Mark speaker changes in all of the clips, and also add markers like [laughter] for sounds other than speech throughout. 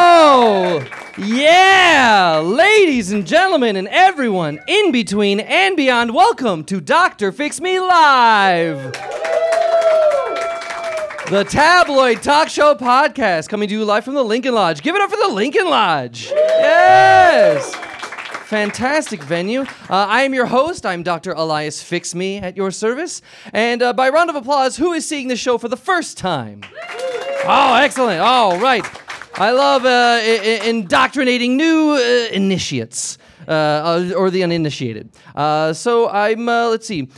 Speaker 1: Oh, yeah! Ladies and gentlemen, and everyone in between and beyond, welcome to Dr. Fix Me Live! The tabloid talk show podcast coming to you live from the Lincoln Lodge. Give it up for the Lincoln Lodge! Yes! Fantastic venue. Uh, I am your host. I'm Dr. Elias Fix Me at your service. And uh, by round of applause, who is seeing this show for the first time? Oh, excellent. All right. I love uh, I- I- indoctrinating new uh, initiates uh, uh, or the uninitiated. Uh, so I'm, uh, let's see.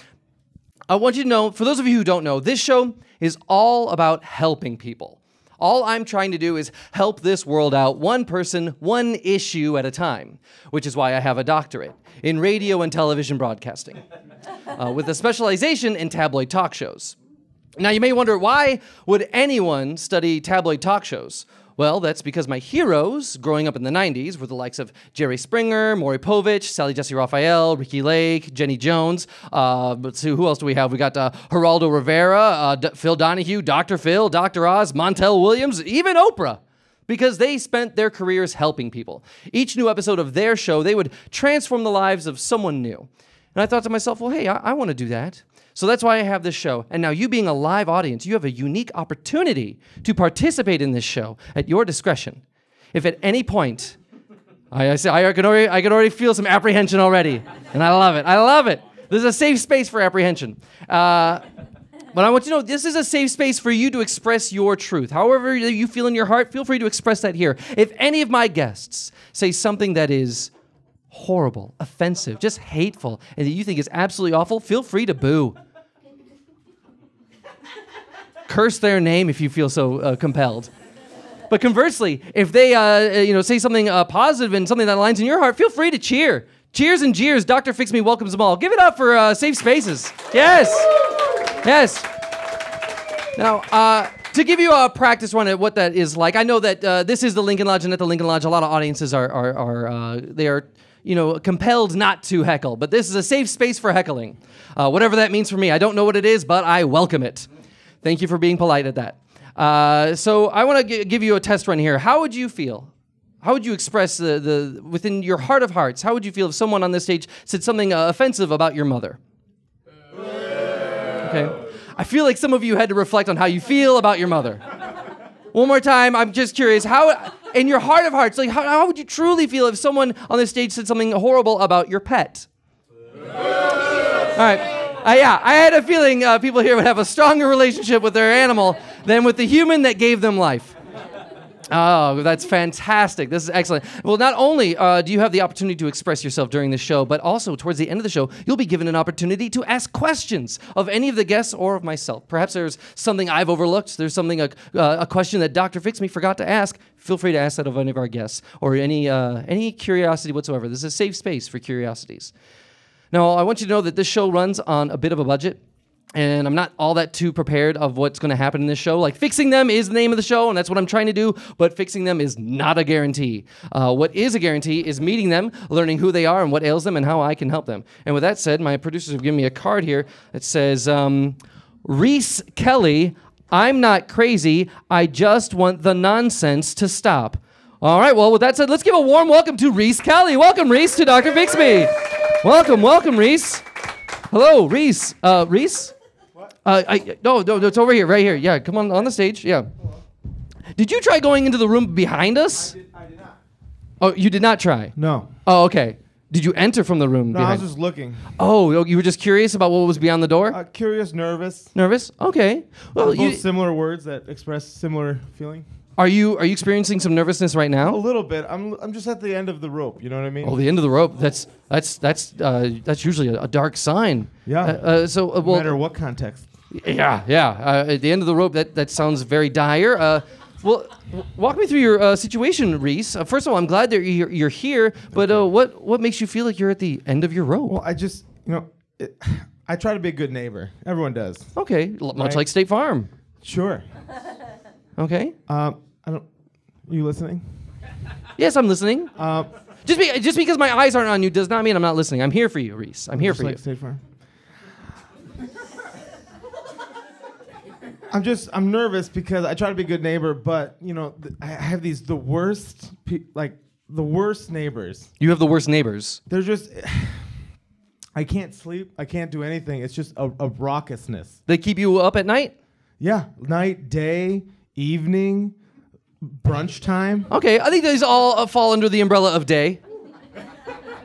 Speaker 1: I want you to know, for those of you who don't know, this show is all about helping people. All I'm trying to do is help this world out one person, one issue at a time, which is why I have a doctorate in radio and television broadcasting, [laughs] uh, with a specialization in tabloid talk shows. Now, you may wonder why would anyone study tabloid talk shows? Well, that's because my heroes growing up in the 90s were the likes of Jerry Springer, Maury Povich, Sally Jesse Raphael, Ricky Lake, Jenny Jones. Uh, let's see, who else do we have? We got uh, Geraldo Rivera, uh, D- Phil Donahue, Dr. Phil, Dr. Oz, Montel Williams, even Oprah because they spent their careers helping people. Each new episode of their show, they would transform the lives of someone new. And I thought to myself, well, hey, I, I want to do that. So that's why I have this show. And now, you being a live audience, you have a unique opportunity to participate in this show at your discretion. If at any point, I, I, see, I, can already, I can already feel some apprehension already. And I love it. I love it. This is a safe space for apprehension. Uh, but I want you to know this is a safe space for you to express your truth. However you feel in your heart, feel free to express that here. If any of my guests say something that is horrible, offensive, just hateful, and that you think is absolutely awful, feel free to boo. Curse their name if you feel so uh, compelled. But conversely, if they uh, you know say something uh, positive and something that aligns in your heart, feel free to cheer. Cheers and jeers. Dr. Fix Me welcomes them all. Give it up for uh, Safe Spaces. Yes. Yes. Now, uh, to give you a practice run at what that is like, I know that uh, this is the Lincoln Lodge, and at the Lincoln Lodge, a lot of audiences are are, are uh, they are you know compelled not to heckle, but this is a safe space for heckling, uh, whatever that means for me. I don't know what it is, but I welcome it. Thank you for being polite at that. Uh, so I want to gi- give you a test run here. How would you feel? How would you express the, the within your heart of hearts? How would you feel if someone on this stage said something uh, offensive about your mother? Okay. I feel like some of you had to reflect on how you feel about your mother. One more time, I'm just curious. How, in your heart of hearts, like how, how would you truly feel if someone on this stage said something horrible about your pet? All right. Uh, yeah, I had a feeling uh, people here would have a stronger relationship with their animal than with the human that gave them life. Oh, that's fantastic. This is excellent. Well, not only uh, do you have the opportunity to express yourself during the show, but also towards the end of the show, you'll be given an opportunity to ask questions of any of the guests or of myself. Perhaps there's something I've overlooked. There's something, a, uh, a question that Dr. Fix Me forgot to ask. Feel free to ask that of any of our guests or any, uh, any curiosity whatsoever. This is a safe space for curiosities. Now, I want you to know that this show runs on a bit of a budget. And I'm not all that too prepared of what's going to happen in this show. Like, fixing them is the name of the show, and that's what I'm trying to do, but fixing them is not a guarantee. Uh, what is a guarantee is meeting them, learning who they are and what ails them, and how I can help them. And with that said, my producers have given me a card here that says um, Reese Kelly, I'm not crazy. I just want the nonsense to stop. All right, well, with that said, let's give a warm welcome to Reese Kelly. Welcome, Reese, to Dr. Fixby. Welcome, welcome, Reese. Hello, Reese. Uh, Reese? What? Uh, I, no, no, no, it's over here, right here. Yeah, come on, on the stage. Yeah. Did you try going into the room behind us?
Speaker 2: I did not.
Speaker 1: Oh, you did not try.
Speaker 2: No.
Speaker 1: Oh, okay. Did you enter from the room
Speaker 2: No, I
Speaker 1: behind?
Speaker 2: was just looking.
Speaker 1: oh, oh, you were just curious about what was beyond the door?
Speaker 2: Uh, curious, nervous.
Speaker 1: Nervous? Okay. Well,
Speaker 2: Both
Speaker 1: you,
Speaker 2: similar words that express similar feeling.
Speaker 1: are you are you experiencing some nervousness right
Speaker 2: A
Speaker 1: now?
Speaker 2: little bit. I'm, I'm just at the end of the rope. You know what I mean?
Speaker 1: Oh, the end of the rope. That's that's that's uh, that's usually a, a dark sign.
Speaker 2: Yeah.
Speaker 1: Uh, uh, so uh,
Speaker 2: no
Speaker 1: well,
Speaker 2: matter what context.
Speaker 1: Yeah, yeah. Uh, at the end of the rope, that, that sounds very dire. Uh, well, w- walk me through your uh, situation, Reese. Uh, first of all, I'm glad that you're, you're here, but uh, what what makes you feel like you're at the end of your rope?
Speaker 2: Well, I just, you know, it, [sighs] I try to be a good neighbor. Everyone does.
Speaker 1: okay, l- much
Speaker 2: Right.
Speaker 1: like State Farm.
Speaker 2: Sure.
Speaker 1: Okay.
Speaker 2: Um, I don't. Are you listening?
Speaker 1: Yes, I'm listening.
Speaker 2: Um,
Speaker 1: Just be, just because my eyes aren't on you does not mean I'm not listening. I'm here for you, Reese. I'm here
Speaker 2: just
Speaker 1: for
Speaker 2: like
Speaker 1: you.
Speaker 2: State Farm. I'm just I'm nervous because I try to be a good neighbor, but you know th- I have these the worst pe- like the worst neighbors.
Speaker 1: You have the worst neighbors.
Speaker 2: They're just [sighs] I can't sleep. I can't do anything. It's just a, a raucousness.
Speaker 1: They keep you up at night?
Speaker 2: Yeah, night, day, evening, brunch time.
Speaker 1: Okay, I think these all uh, fall under the umbrella of day.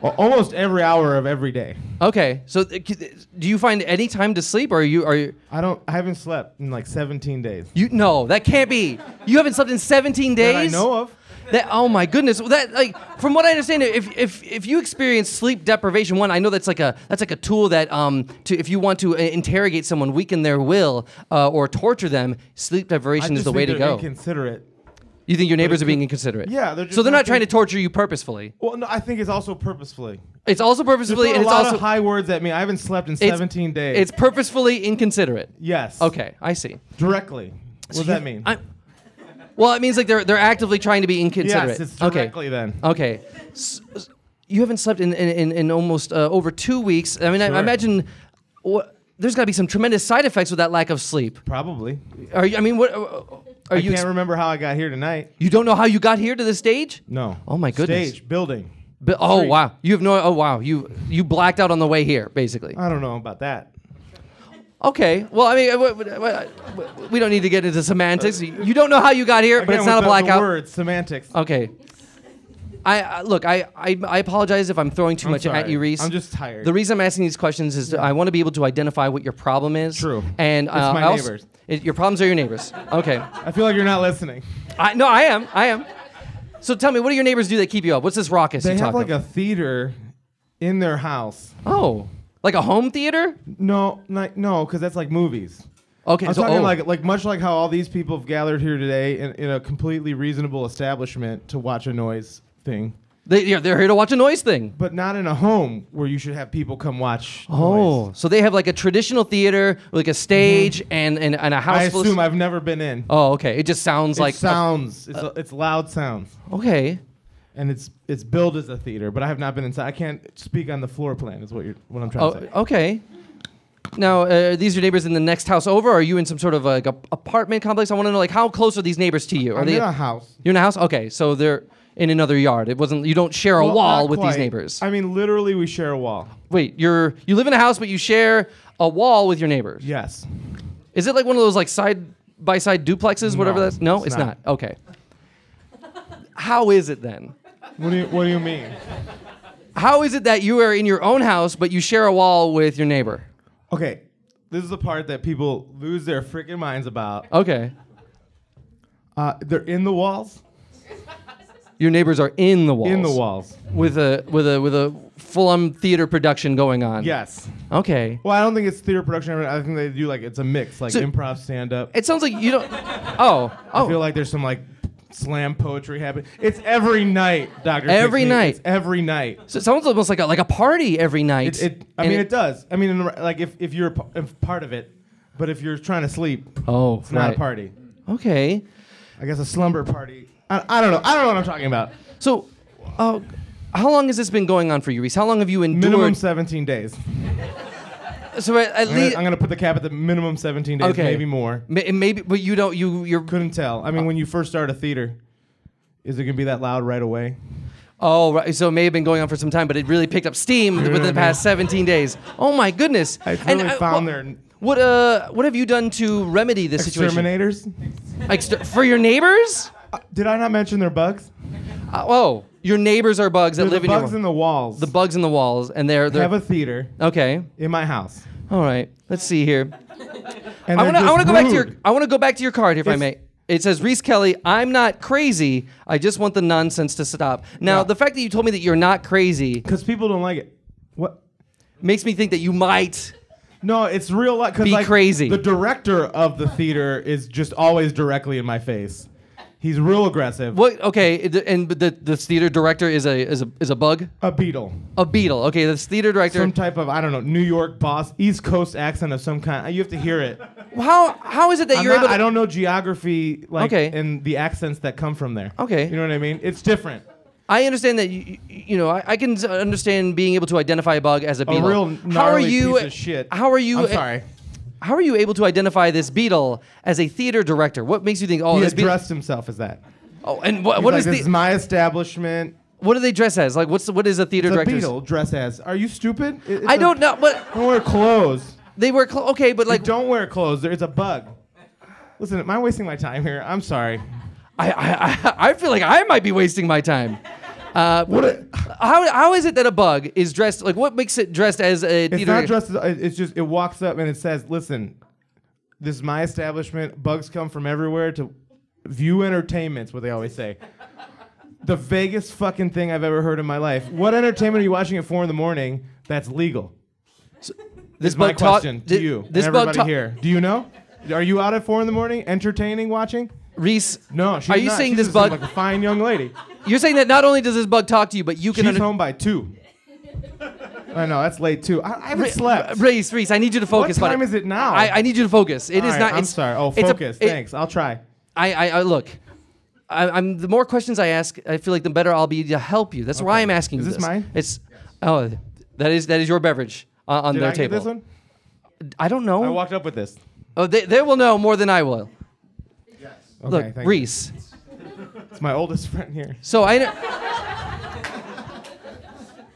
Speaker 2: Al- Almost every hour of every day.
Speaker 1: Okay, so uh, c- do you find any time to sleep, or are you are you,
Speaker 2: I don't. I haven't slept in like 17 days.
Speaker 1: you? No, that can't be. You haven't slept in 17 days.
Speaker 2: That I know of.
Speaker 1: That oh my goodness. Well, That like from what I understand, if if if you experience sleep deprivation, one I know that's like a that's like a tool that um to if you want to uh, interrogate someone, weaken their will, uh, or torture them, sleep
Speaker 2: I
Speaker 1: deprivation is
Speaker 2: just
Speaker 1: the way
Speaker 2: think
Speaker 1: to
Speaker 2: they're
Speaker 1: go.
Speaker 2: Inconsiderate.
Speaker 1: you think your neighbors are being inconsiderate?
Speaker 2: Yeah, they're just
Speaker 1: so they're
Speaker 2: not
Speaker 1: not trying to
Speaker 2: think-
Speaker 1: torture you purposefully.
Speaker 2: Well, no, I think it's also purposefully.
Speaker 1: It's also purposefully,
Speaker 2: Throw
Speaker 1: and
Speaker 2: a
Speaker 1: it's
Speaker 2: lot
Speaker 1: also
Speaker 2: of high words at me. I haven't slept in
Speaker 1: it's-
Speaker 2: 17 days.
Speaker 1: It's purposefully inconsiderate.
Speaker 2: yes.
Speaker 1: Okay, I see.
Speaker 2: Directly. What does that mean?
Speaker 1: I, well, it means like they're they're actively trying to be inconsiderate.
Speaker 2: yes, it's
Speaker 1: okay. Um,
Speaker 2: directly then.
Speaker 1: Okay. S- s- you haven't slept in in, in, in almost uh, over two weeks. I mean, I, I
Speaker 2: Sure.
Speaker 1: imagine wha- there's got to be some tremendous side effects with that lack of sleep.
Speaker 2: Probably.
Speaker 1: Are you, I mean, what uh, are
Speaker 2: I
Speaker 1: you?
Speaker 2: can't
Speaker 1: ex-
Speaker 2: remember how I got here tonight.
Speaker 1: you don't know how you got here to the stage?
Speaker 2: No.
Speaker 1: Oh, my goodness.
Speaker 2: Stage building.
Speaker 1: But, oh
Speaker 2: Street.
Speaker 1: wow, you have no. Oh wow, you you blacked out on the way here, basically.
Speaker 2: I don't know about that.
Speaker 1: Okay. Well, I mean, uh, w- w- w- we don't need to get into semantics. You don't know how you got here, but
Speaker 2: Again,
Speaker 1: it's not a
Speaker 2: without the
Speaker 1: blackout. Oh,
Speaker 2: Words, semantics.
Speaker 1: Okay. I, I look. I, I I apologize if I'm throwing too
Speaker 2: I'm
Speaker 1: much at
Speaker 2: sorry.
Speaker 1: you, Reese.
Speaker 2: I'm just tired.
Speaker 1: The reason I'm asking these questions is I want to be able to identify what your problem is.
Speaker 2: True.
Speaker 1: And uh,
Speaker 2: It's my
Speaker 1: I also-
Speaker 2: neighbors.
Speaker 1: it- your problems are your neighbors. Okay.
Speaker 2: I feel like you're not listening.
Speaker 1: I no, I am. I am. So tell me, what do your neighbors do that keep you up? What's this raucous
Speaker 2: They
Speaker 1: you
Speaker 2: have
Speaker 1: talk
Speaker 2: like
Speaker 1: about?
Speaker 2: a theater in their house.
Speaker 1: oh, like a home theater?
Speaker 2: No, not, no, because that's like movies.
Speaker 1: Okay.
Speaker 2: I'm
Speaker 1: so
Speaker 2: talking
Speaker 1: oh.
Speaker 2: like like much like how all these people have gathered here today in, in a completely reasonable establishment to watch a noise thing,
Speaker 1: they, yeah, they're here to watch a noise thing.
Speaker 2: but not in a home where you should have people come watch.
Speaker 1: Oh,
Speaker 2: noise.
Speaker 1: so they have like a traditional theater, like a stage, and, and and a house.
Speaker 2: Mm-hmm. I
Speaker 1: full of-
Speaker 2: assume I've never been in.
Speaker 1: oh, okay. It just sounds
Speaker 2: It
Speaker 1: like a-
Speaker 2: sounds. it's, it's loud sounds,
Speaker 1: okay.
Speaker 2: and it's it's billed as a theater, but I have not been inside. I can't speak on the floor plan. Is what you're what I'm trying
Speaker 1: Oh,
Speaker 2: to say.
Speaker 1: okay. Now, uh, are these your neighbors in the next house over? Or are you in some sort of like a, apartment complex? I want to know, like, how close are these neighbors to you? Are
Speaker 2: I'm
Speaker 1: they?
Speaker 2: in a house.
Speaker 1: you're in a house. Okay, so they're in another yard. It wasn't. You don't share a
Speaker 2: Well,
Speaker 1: wall
Speaker 2: not
Speaker 1: with these
Speaker 2: quite.
Speaker 1: neighbors.
Speaker 2: I mean, literally, we share a wall.
Speaker 1: Wait, you're you live in a house, but you share a wall with your neighbors.
Speaker 2: Yes.
Speaker 1: Is it like one of those like side by side duplexes? whatever
Speaker 2: No,
Speaker 1: that's. No, it's,
Speaker 2: it's
Speaker 1: not.
Speaker 2: not.
Speaker 1: Okay. How is it then?
Speaker 2: What do you What do you mean?
Speaker 1: How is it that you are in your own house, but you share a wall with your neighbor?
Speaker 2: Okay, this is the part that people lose their freaking minds about.
Speaker 1: Okay.
Speaker 2: Uh, they're in the walls.
Speaker 1: Your neighbors are in the walls.
Speaker 2: In the walls.
Speaker 1: with a with a with a full-on theater production going on.
Speaker 2: Yes.
Speaker 1: Okay.
Speaker 2: Well, I don't think it's theater production. I think they do like it's a mix, like
Speaker 1: So-
Speaker 2: improv, stand up.
Speaker 1: It sounds like you don't. Oh.
Speaker 2: I feel
Speaker 1: Oh.
Speaker 2: like there's some like slam poetry happening. It's every night, Doctor.
Speaker 1: Every night.
Speaker 2: It's every night.
Speaker 1: So it sounds almost like a like a party every night.
Speaker 2: It, it, I
Speaker 1: And
Speaker 2: mean, it, does. I mean, in the r- like if, if you're a p- if part of it, but if you're trying to sleep,
Speaker 1: Oh,
Speaker 2: it's not
Speaker 1: right.
Speaker 2: a party.
Speaker 1: Okay.
Speaker 2: I guess a slumber party. I, I don't know. I don't know what I'm talking about.
Speaker 1: So, uh, how long has this been going on for you, Reese? How long have you endured?
Speaker 2: Minimum 17 days.
Speaker 1: so at, at
Speaker 2: I'm gonna,
Speaker 1: least.
Speaker 2: I'm gonna put the cap at the minimum 17 days,
Speaker 1: Okay.
Speaker 2: maybe more.
Speaker 1: ma- Maybe, but you don't. You you're.
Speaker 2: Couldn't tell. I mean,
Speaker 1: Uh,
Speaker 2: when you first start a theater, is it gonna be that loud right away?
Speaker 1: Oh, right. So it may have been going on for some time, but it really picked up steam within the past 17 days. Oh my goodness!
Speaker 2: It's
Speaker 1: And,
Speaker 2: really
Speaker 1: uh,
Speaker 2: found
Speaker 1: wha-
Speaker 2: their
Speaker 1: What uh, what have you done to remedy this situation?
Speaker 2: exterminators.
Speaker 1: Exter- for your neighbors?
Speaker 2: Uh, did I not mention their bugs?
Speaker 1: Uh, oh, your neighbors are bugs that
Speaker 2: They're
Speaker 1: live
Speaker 2: the
Speaker 1: in your
Speaker 2: bugs in the walls.
Speaker 1: the bugs in the walls, and they're
Speaker 2: I
Speaker 1: they're
Speaker 2: have a theater
Speaker 1: okay.
Speaker 2: in my house.
Speaker 1: All right, let's see here.
Speaker 2: And
Speaker 1: I
Speaker 2: they're
Speaker 1: want to I
Speaker 2: just
Speaker 1: want to go back to your
Speaker 2: rude.
Speaker 1: I want to go back to your card if I
Speaker 2: It's-
Speaker 1: may. It says Reese Kelly, I'm not crazy. I just want the nonsense to stop. Now,
Speaker 2: Yeah.
Speaker 1: the fact that you told me that you're not crazy
Speaker 2: Cause people don't like it. What?
Speaker 1: makes me think that you might.
Speaker 2: No, it's real life. Cause
Speaker 1: Be
Speaker 2: like,
Speaker 1: crazy.
Speaker 2: The director of the theater is just always directly in my face. He's real aggressive.
Speaker 1: What? Okay, it- and the the theater director is a is a is a bug,
Speaker 2: A beetle.
Speaker 1: a beetle. Okay, this theater director.
Speaker 2: Some type of I don't know New York boss East Coast accent of some kind. You have to hear
Speaker 1: [laughs]
Speaker 2: it.
Speaker 1: how how is it that
Speaker 2: I'm
Speaker 1: you're
Speaker 2: not-
Speaker 1: able? To,
Speaker 2: I don't know geography, like,
Speaker 1: Okay.
Speaker 2: and the accents that come from there.
Speaker 1: Okay.
Speaker 2: you know what I mean. It's different.
Speaker 1: I understand that you, you know I, I can s- understand being able to identify a bug as a
Speaker 2: A
Speaker 1: beetle.
Speaker 2: real gnarly
Speaker 1: how are you?
Speaker 2: piece of shit.
Speaker 1: How are you? uh,
Speaker 2: I'm sorry.
Speaker 1: How are you able to identify this beetle as a theater director? What makes you think, oh,
Speaker 2: He
Speaker 1: this beetle?
Speaker 2: addressed himself as that.
Speaker 1: Oh, and wha-
Speaker 2: He's
Speaker 1: what
Speaker 2: like,
Speaker 1: is
Speaker 2: this is
Speaker 1: the
Speaker 2: my establishment.
Speaker 1: what do they dress as? Like, what's the, what is a theater
Speaker 2: The
Speaker 1: director?
Speaker 2: beetle dress as. Are you stupid? It- it's
Speaker 1: I
Speaker 2: a-
Speaker 1: don't know, but
Speaker 2: Don't wear clothes.
Speaker 1: they were clo okay, but like,
Speaker 2: Don't wear clothes. There- It's a bug. Listen, am I wasting my time here? I'm sorry.
Speaker 1: I, I I- I feel like I might be wasting my time. Uh,
Speaker 2: What? A,
Speaker 1: how, how is it that a bug is dressed like what makes it dressed as a
Speaker 2: it's
Speaker 1: theater?
Speaker 2: not dressed. As, it- it's just it walks up and it says, "Listen, this is my establishment. Bugs come from everywhere to view entertainments." What they always say. The vaguest fucking thing I've ever heard in my life. What entertainment are you watching at four in the morning? That's legal.
Speaker 1: this
Speaker 2: It's my
Speaker 1: bug taught-
Speaker 2: question to
Speaker 1: thi-
Speaker 2: you and
Speaker 1: This
Speaker 2: everybody
Speaker 1: bug taught-
Speaker 2: here. Do you know? Are you out at four in the morning, entertaining, watching?
Speaker 1: Reese,
Speaker 2: No, she's
Speaker 1: Are you
Speaker 2: not.
Speaker 1: saying
Speaker 2: She
Speaker 1: this
Speaker 2: just seemed
Speaker 1: bug-
Speaker 2: Like a fine young lady.
Speaker 1: you're saying that not only does this bug talk to you, but you can
Speaker 2: She's home by two. I know that's late too. I, I haven't slept.
Speaker 1: Reese, Reese, I need you to focus.
Speaker 2: what
Speaker 1: buddy.
Speaker 2: time is it now?
Speaker 1: I, I need you to focus. It is
Speaker 2: All right,
Speaker 1: not.
Speaker 2: I'm
Speaker 1: it's-
Speaker 2: sorry. Oh,
Speaker 1: it's a-
Speaker 2: focus.
Speaker 1: it-
Speaker 2: Thanks. I'll try.
Speaker 1: I, I, I look. I, I'm the more questions I ask, I feel like the better I'll be to help you. That's why I'm asking.
Speaker 2: Is
Speaker 1: you
Speaker 2: this mine?
Speaker 1: It's oh, that is that is your beverage on, on
Speaker 2: Did
Speaker 1: their
Speaker 2: I
Speaker 1: table.
Speaker 2: get this one?
Speaker 1: I don't know.
Speaker 2: I walked up with this.
Speaker 1: oh, they, they will know more than I will.
Speaker 2: Okay,
Speaker 1: Look,
Speaker 2: thank you.
Speaker 1: Reese.
Speaker 2: It's my oldest [laughs] friend here.
Speaker 1: So I.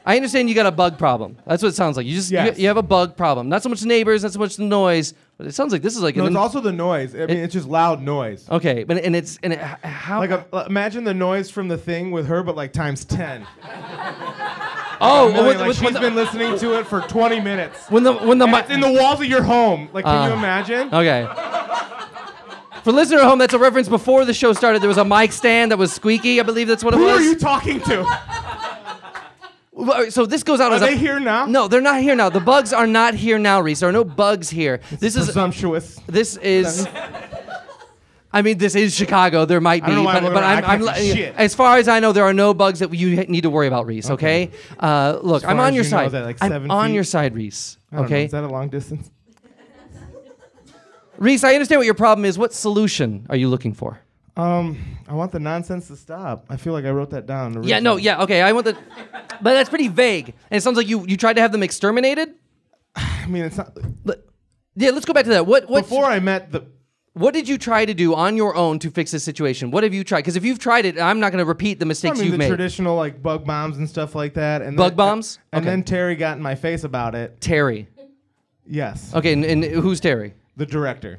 Speaker 1: I understand you got a bug problem. That's what it sounds like. You just you-
Speaker 2: Yes.
Speaker 1: you, have a bug problem. Not so much neighbors, not so much the noise, but it Oh. sounds like this is like
Speaker 2: No,
Speaker 1: an
Speaker 2: it's also the noise. I mean, it's just loud noise.
Speaker 1: okay. But and it's and it, h- how
Speaker 2: Like a, imagine the noise from the thing with her, but like times ten.
Speaker 1: oh when,
Speaker 2: Million, like
Speaker 1: when-
Speaker 2: she's
Speaker 1: when the-
Speaker 2: been listening to it for 20 minutes.
Speaker 1: when the when the
Speaker 2: And
Speaker 1: mi-
Speaker 2: it's in the walls of your home. Like, can
Speaker 1: Uh,
Speaker 2: you imagine?
Speaker 1: Okay. For listener at home, that's a reference. Before the show started, there was a mic stand that was squeaky. I believe that's what it
Speaker 2: Who are
Speaker 1: was.
Speaker 2: you talking to?
Speaker 1: Uh, Well, all right, So this goes out
Speaker 2: Are
Speaker 1: as a-
Speaker 2: they here now?
Speaker 1: No, they're not here now. The bugs are not here now, Reese. There are no bugs here. This is
Speaker 2: Presumptuous.
Speaker 1: this is. I mean, this is Chicago. There might be,
Speaker 2: I don't know why
Speaker 1: but,
Speaker 2: I'm looking
Speaker 1: but
Speaker 2: around.
Speaker 1: I'm,
Speaker 2: I can't
Speaker 1: I'm
Speaker 2: see
Speaker 1: li-
Speaker 2: shit.
Speaker 1: as far as I know, there are no bugs that you need to worry about, Reese. Okay, Uh, look, I'm
Speaker 2: far
Speaker 1: on
Speaker 2: as
Speaker 1: your
Speaker 2: you know,
Speaker 1: side.
Speaker 2: is that like
Speaker 1: I'm
Speaker 2: seven
Speaker 1: on
Speaker 2: feet?
Speaker 1: your side, Reese.
Speaker 2: I don't know,
Speaker 1: Okay,
Speaker 2: Is that a long distance?
Speaker 1: Reese, I understand what your problem is. What solution are you looking for?
Speaker 2: Um, I want the nonsense to stop. I feel like I wrote that down.
Speaker 1: Yeah, no,
Speaker 2: originally.
Speaker 1: yeah, okay. I want the, but that's pretty vague. And it sounds like you you tried to have them exterminated.
Speaker 2: I mean, it's not.
Speaker 1: But, yeah, let's go back to that. What what
Speaker 2: Before I met the.
Speaker 1: what did you try to do on your own to fix this situation? What have you tried? Because if you've tried it, I'm not going to repeat the
Speaker 2: I
Speaker 1: mistakes
Speaker 2: mean,
Speaker 1: you've
Speaker 2: the
Speaker 1: made.
Speaker 2: traditional like bug bombs and stuff like that, and
Speaker 1: Bug
Speaker 2: then,
Speaker 1: bombs?
Speaker 2: and
Speaker 1: Okay.
Speaker 2: then Terry got in my face about it.
Speaker 1: Terry.
Speaker 2: Yes,
Speaker 1: Okay, and, and who's Terry?
Speaker 2: the director.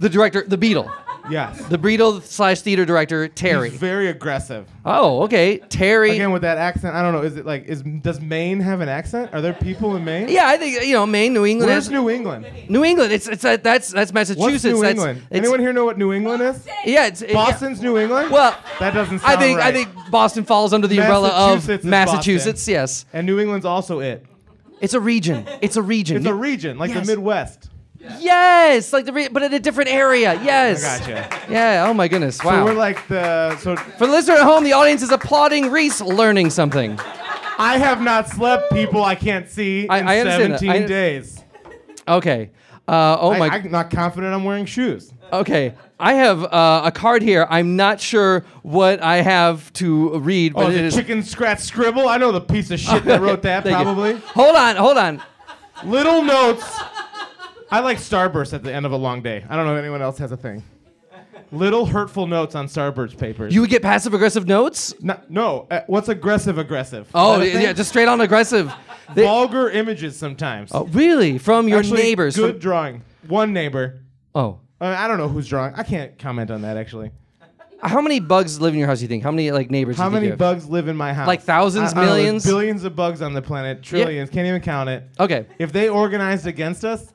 Speaker 1: The director, the Beetle,
Speaker 2: Yes,
Speaker 1: the Beetle slash theater director
Speaker 2: He's
Speaker 1: Terry.
Speaker 2: very aggressive.
Speaker 1: Oh, okay, Terry.
Speaker 2: Again with that accent, I don't know. Is it like is does Maine have an accent? Are there people in Maine?
Speaker 1: Yeah, I think you know Maine, New England.
Speaker 2: Where's
Speaker 1: that's-
Speaker 2: New England?
Speaker 1: New England. It's it's that that's that's Massachusetts.
Speaker 2: What's New
Speaker 1: that's,
Speaker 2: England?
Speaker 1: It's,
Speaker 2: Anyone here know what New England is?
Speaker 1: Yeah, it's it- yeah.
Speaker 2: Boston's New England.
Speaker 1: Well,
Speaker 2: that doesn't. Sound
Speaker 1: I think I
Speaker 2: right.
Speaker 1: think Boston falls under the umbrella of
Speaker 2: Massachusetts is
Speaker 1: Massachusetts.
Speaker 2: Boston.
Speaker 1: Yes,
Speaker 2: And New England's also it.
Speaker 1: it's a region. It's a region.
Speaker 2: It's a region, like
Speaker 1: Yes.
Speaker 2: the Midwest.
Speaker 1: yes, like the re- but in a different area. Yes.
Speaker 2: Gotcha.
Speaker 1: Yeah. Oh my goodness.
Speaker 2: So
Speaker 1: Wow.
Speaker 2: we're like the so
Speaker 1: For the listener at home, the audience is applauding Reese learning something.
Speaker 2: I have not slept, people I can't see
Speaker 1: I-
Speaker 2: in
Speaker 1: I understand that.
Speaker 2: 17
Speaker 1: I-
Speaker 2: days.
Speaker 1: Okay. Uh, oh my.
Speaker 2: I, I'm not confident I'm wearing shoes.
Speaker 1: okay. I have uh, a card here. I'm not sure what I have to read, but
Speaker 2: Oh,
Speaker 1: it
Speaker 2: the
Speaker 1: is.
Speaker 2: chicken scratch scribble. I know the piece of shit that wrote
Speaker 1: [laughs]
Speaker 2: that
Speaker 1: Thank you.
Speaker 2: probably.
Speaker 1: Hold on. Hold on.
Speaker 2: Little notes. I like Starburst at the end of a long day. I don't know if anyone else has a thing. Little hurtful notes on Starburst papers.
Speaker 1: You would get passive aggressive notes.
Speaker 2: no, no, uh, what's aggressive aggressive?
Speaker 1: Oh
Speaker 2: Is that a
Speaker 1: yeah,
Speaker 2: thing?
Speaker 1: yeah, just straight on aggressive. They-
Speaker 2: vulgar images sometimes.
Speaker 1: Oh, really? From your
Speaker 2: Actually,
Speaker 1: neighbors?
Speaker 2: Good
Speaker 1: From,
Speaker 2: drawing. One neighbor.
Speaker 1: oh,
Speaker 2: I, mean, I don't know who's drawing. I can't comment on that actually.
Speaker 1: how many bugs live in your house? You think? How many like neighbors?
Speaker 2: How
Speaker 1: you think
Speaker 2: many
Speaker 1: you have?
Speaker 2: bugs live in my house?
Speaker 1: Like thousands,
Speaker 2: I- I don't know, there's
Speaker 1: millions? Oh.
Speaker 2: billions of bugs on the planet. Trillions. Can't even count it.
Speaker 1: Okay.
Speaker 2: If they organized against us,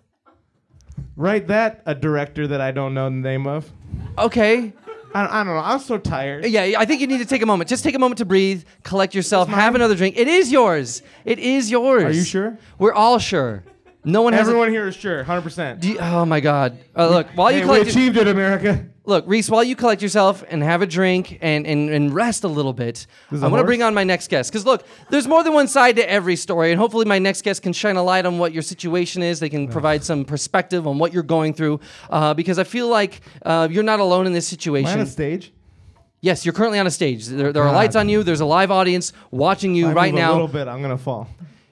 Speaker 2: write that a director that I don't know the name of.
Speaker 1: Okay.
Speaker 2: I, I don't know. I'm so tired.
Speaker 1: Yeah, I think you need to take a moment. Just take a moment to breathe, collect yourself, have another drink. It is yours. It is yours.
Speaker 2: Are you sure?
Speaker 1: We're all sure. No one has. a-
Speaker 2: Everyone here is sure, 100%.
Speaker 1: Do you- oh my God! Uh, look, while you
Speaker 2: Hey, we
Speaker 1: collect, your-
Speaker 2: achieved it, America.
Speaker 1: look, Reese, while you collect yourself and have a drink and and, and rest a little bit,
Speaker 2: This is
Speaker 1: I
Speaker 2: a
Speaker 1: want to
Speaker 2: horse?
Speaker 1: bring on my next guest because look, there's more than one side to every story, and hopefully my next guest can shine a light on what your situation is. They can provide some perspective on what you're going through, uh, because I feel like uh, you're not alone in this
Speaker 2: Am I on
Speaker 1: situation.
Speaker 2: a stage?
Speaker 1: Yes, you're currently on a stage. There, there are
Speaker 2: God.
Speaker 1: lights on you. There's a live audience watching you
Speaker 2: I
Speaker 1: right
Speaker 2: move A little
Speaker 1: now.
Speaker 2: bit, I'm going to fall.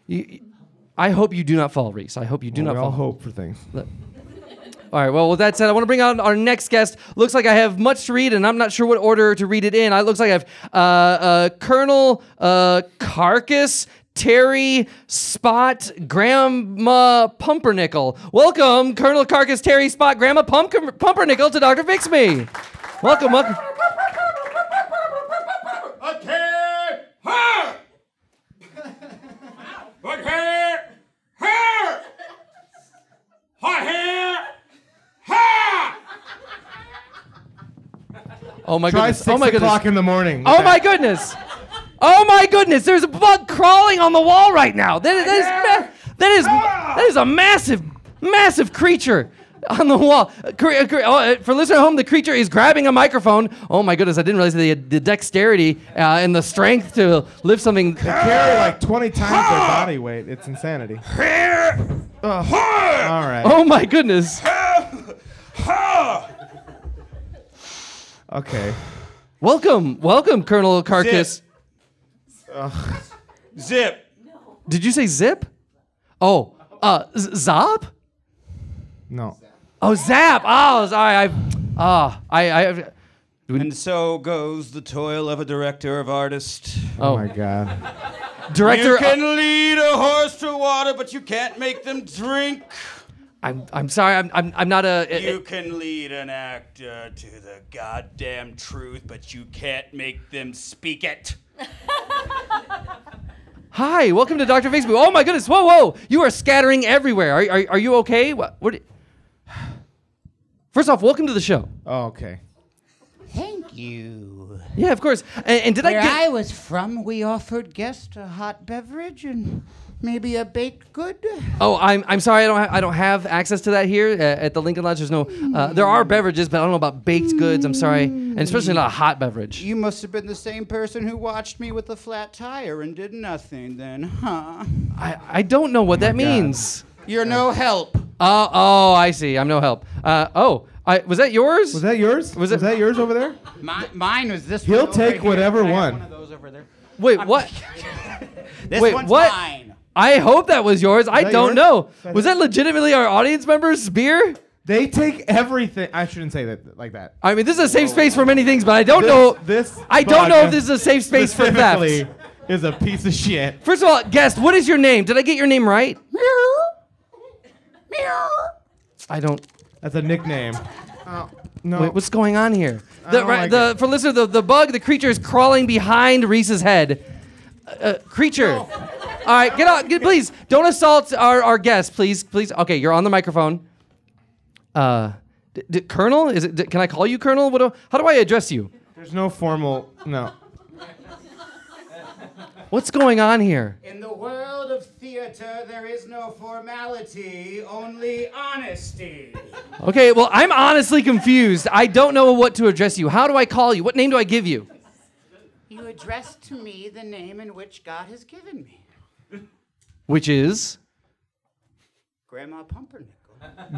Speaker 1: You- I hope you do not fall, Reese. I hope you do
Speaker 2: we
Speaker 1: not
Speaker 2: all
Speaker 1: fall.
Speaker 2: hope for things.
Speaker 1: Look. All right. Well, with that said, I want to bring on our next guest. Looks like I have much to read, and I'm not sure what order to read it in. I looks like I have uh, uh, Colonel uh, Carcass, Terry Spot, Grandma Pumpernickel. Welcome, Colonel Carcass, Terry Spot, Grandma Pumpkin Pumpernickel to Doctor Fix Me. Welcome, welcome.
Speaker 3: Okay, her. Okay, her. Her hair. Her.
Speaker 1: Oh my
Speaker 2: Try
Speaker 1: goodness.
Speaker 2: six
Speaker 1: oh my goodness.
Speaker 2: o'clock in the morning.
Speaker 1: Oh my goodness! Oh my goodness! There's a bug crawling on the wall right now. That is that is ma- that is, that is a massive, massive creature on the wall. Uh, cre- uh, cre- oh, uh, For listener at home, the creature is grabbing a microphone. Oh my goodness! I didn't realize the, the dexterity uh, and the strength to lift something.
Speaker 2: Carry like 20 times their body weight. It's insanity.
Speaker 3: Her.
Speaker 2: All right.
Speaker 1: Oh my goodness!
Speaker 3: Her.
Speaker 1: Oh.
Speaker 2: Okay.
Speaker 1: Welcome, welcome, Colonel Carcass.
Speaker 3: Zip.
Speaker 1: Did you say zip? Oh, uh, z- zop.
Speaker 2: No.
Speaker 1: Oh, zap. Oh, sorry. I, ah, I, I.
Speaker 3: And so goes the toil of a director of artists.
Speaker 2: Oh my god.
Speaker 1: Director.
Speaker 3: You can lead a horse to water, but you can't make them drink.
Speaker 1: I'm I'm sorry. I'm I'm, I'm not a.
Speaker 3: You can lead an actor to the goddamn truth, but you can't make them speak it.
Speaker 1: hi, welcome to Doctor Facebook. Oh my goodness! Whoa, whoa! You are scattering everywhere. Are are, are you okay? What? what First off, welcome to the show.
Speaker 2: Oh, okay.
Speaker 4: Thank you.
Speaker 1: Yeah, of course. And, and did I
Speaker 4: Where
Speaker 1: get?
Speaker 4: I was from, we offered guests a hot beverage and maybe a baked good.
Speaker 1: oh, I'm I'm sorry. I don't ha- I don't have access to that here uh, at the Lincoln Lodge. There's no. Uh, there are beverages, but I don't know about baked goods. I'm sorry, and especially not a hot beverage.
Speaker 4: You must have been the same person who watched me with a flat tire and did nothing then, huh?
Speaker 1: I I don't know
Speaker 2: Oh
Speaker 1: what that means.
Speaker 4: You're no help.
Speaker 1: Uh, oh, I see. I'm no help. Uh, oh, I was that yours?
Speaker 2: Was that yours?
Speaker 1: Was
Speaker 2: Was,
Speaker 1: it-
Speaker 2: that yours over there?
Speaker 4: My, mine was this
Speaker 2: He'll
Speaker 4: one. over
Speaker 2: take
Speaker 4: here.
Speaker 2: whatever
Speaker 4: I got
Speaker 2: one.
Speaker 4: one of those over there.
Speaker 1: Wait,
Speaker 2: [laughs]
Speaker 1: what?
Speaker 4: This
Speaker 1: Wait,
Speaker 4: one's
Speaker 1: what?
Speaker 4: mine.
Speaker 1: I hope that was yours. I
Speaker 2: that
Speaker 1: don't
Speaker 2: yours?
Speaker 1: know.
Speaker 2: That
Speaker 1: Was that legitimately our audience member's beer?
Speaker 2: They take everything. I shouldn't say that like that.
Speaker 1: I mean, this is a safe space for many things, but I don't know.
Speaker 2: this
Speaker 1: I don't
Speaker 2: bug
Speaker 1: know if this is a safe space for theft.
Speaker 2: specifically Is a piece of shit.
Speaker 1: First of all, guest, what is your name? Did I get your name right? I don't.
Speaker 2: That's a nickname. Oh, no.
Speaker 1: Wait, what's going on here? The,
Speaker 2: don't
Speaker 1: right,
Speaker 2: like
Speaker 1: the
Speaker 2: it.
Speaker 1: for listener, the, the bug, the creature is crawling behind Reese's head. Uh, uh, creature. All right, get out, get, please. Don't assault our, our guest, please, please. Okay, you're on the microphone. Uh, d- d- Colonel, is it? D- can I call you Colonel? What do, how do I address you?
Speaker 2: There's no formal. No.
Speaker 1: What's going on here?
Speaker 4: In the world of theater, there is no formality, only honesty.
Speaker 1: Okay, well, I'm honestly confused. I don't know what to address you. How do I call you? What name do I give you?
Speaker 4: You address to me the name in which God has given me.
Speaker 1: Which is
Speaker 4: Grandma Pumpernickel.